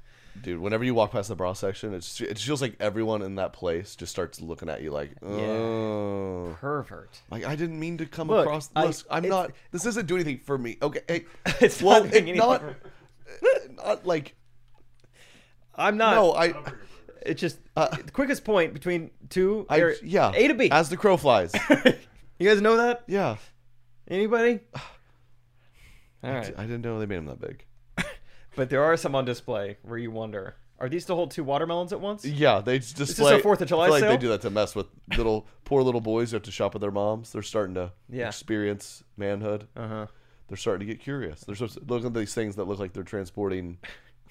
Dude, whenever you walk past the bra section, it's it feels like everyone in that place just starts looking at you like, oh,
pervert.
Like I didn't mean to come
Look,
across
I-
this. I'm
it's-
not. This doesn't do anything for me. Okay, hey,
It's
well,
not doing
it not,
anything
not like
I'm not.
No, I.
It's just the quickest point between two.
I
or-
yeah.
A to B.
As the crow flies.
you guys know that?
Yeah.
Anybody? All
I
right.
d- I didn't know they made them that big.
But there are some on display where you wonder, are these to hold two watermelons at once?
Yeah, they just
Is this
display.
a Fourth of July
I feel like
sale?
they do that to mess with little poor little boys who have to shop with their moms. They're starting to
Yeah.
experience manhood.
Uh-huh.
They're starting to get curious. They're sort of looking at these things that look like they're transporting.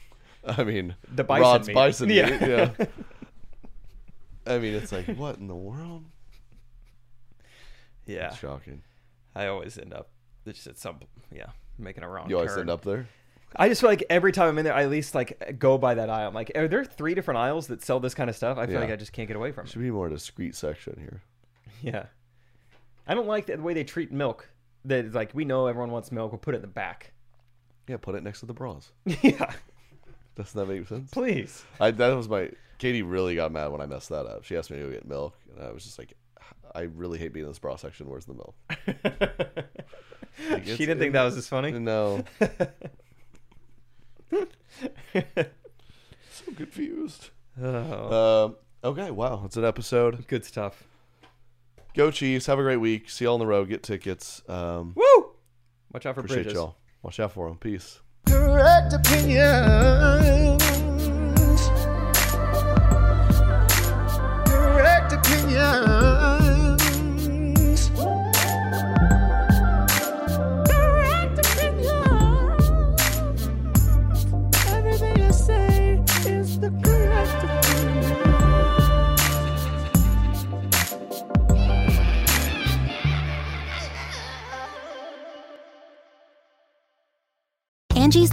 I mean,
The bison
Rod's
meat.
bison
Yeah.
meat, yeah. I mean, it's like what in the world?
Yeah.
It's shocking.
I always end up it's just at some yeah making a wrong.
You always
turn.
end up there.
I just feel like every time I'm in there, I at least like go by that aisle. I'm like, are there three different aisles that sell this kind of stuff? I feel
Yeah.
like I just can't get away from it.
Should be more discreet section here.
Yeah, I don't like the the way they treat milk. That it's like we know everyone wants milk, we'll put it in the back.
Yeah, put it next to the bras.
yeah,
Doesn't that make sense?
please.
I that was my Katie really got mad when I messed that up. She asked me to go get milk, and I was just like, I really hate being in this bra section. Where's the milk? Like,
she
it's-
didn't think that was as funny.
No. so confused.
Oh,
Um, okay, wow, it's an episode.
good stuff.
Go Chiefs! Have a great week. See y'all on the road. Get tickets. Um,
Woo! Watch out for
appreciate
bridges.
y'all. Watch out for them. Peace.
Correct opinions. Correct opinions. Correct opinions. Everything I say is the correct opinion.
Angie's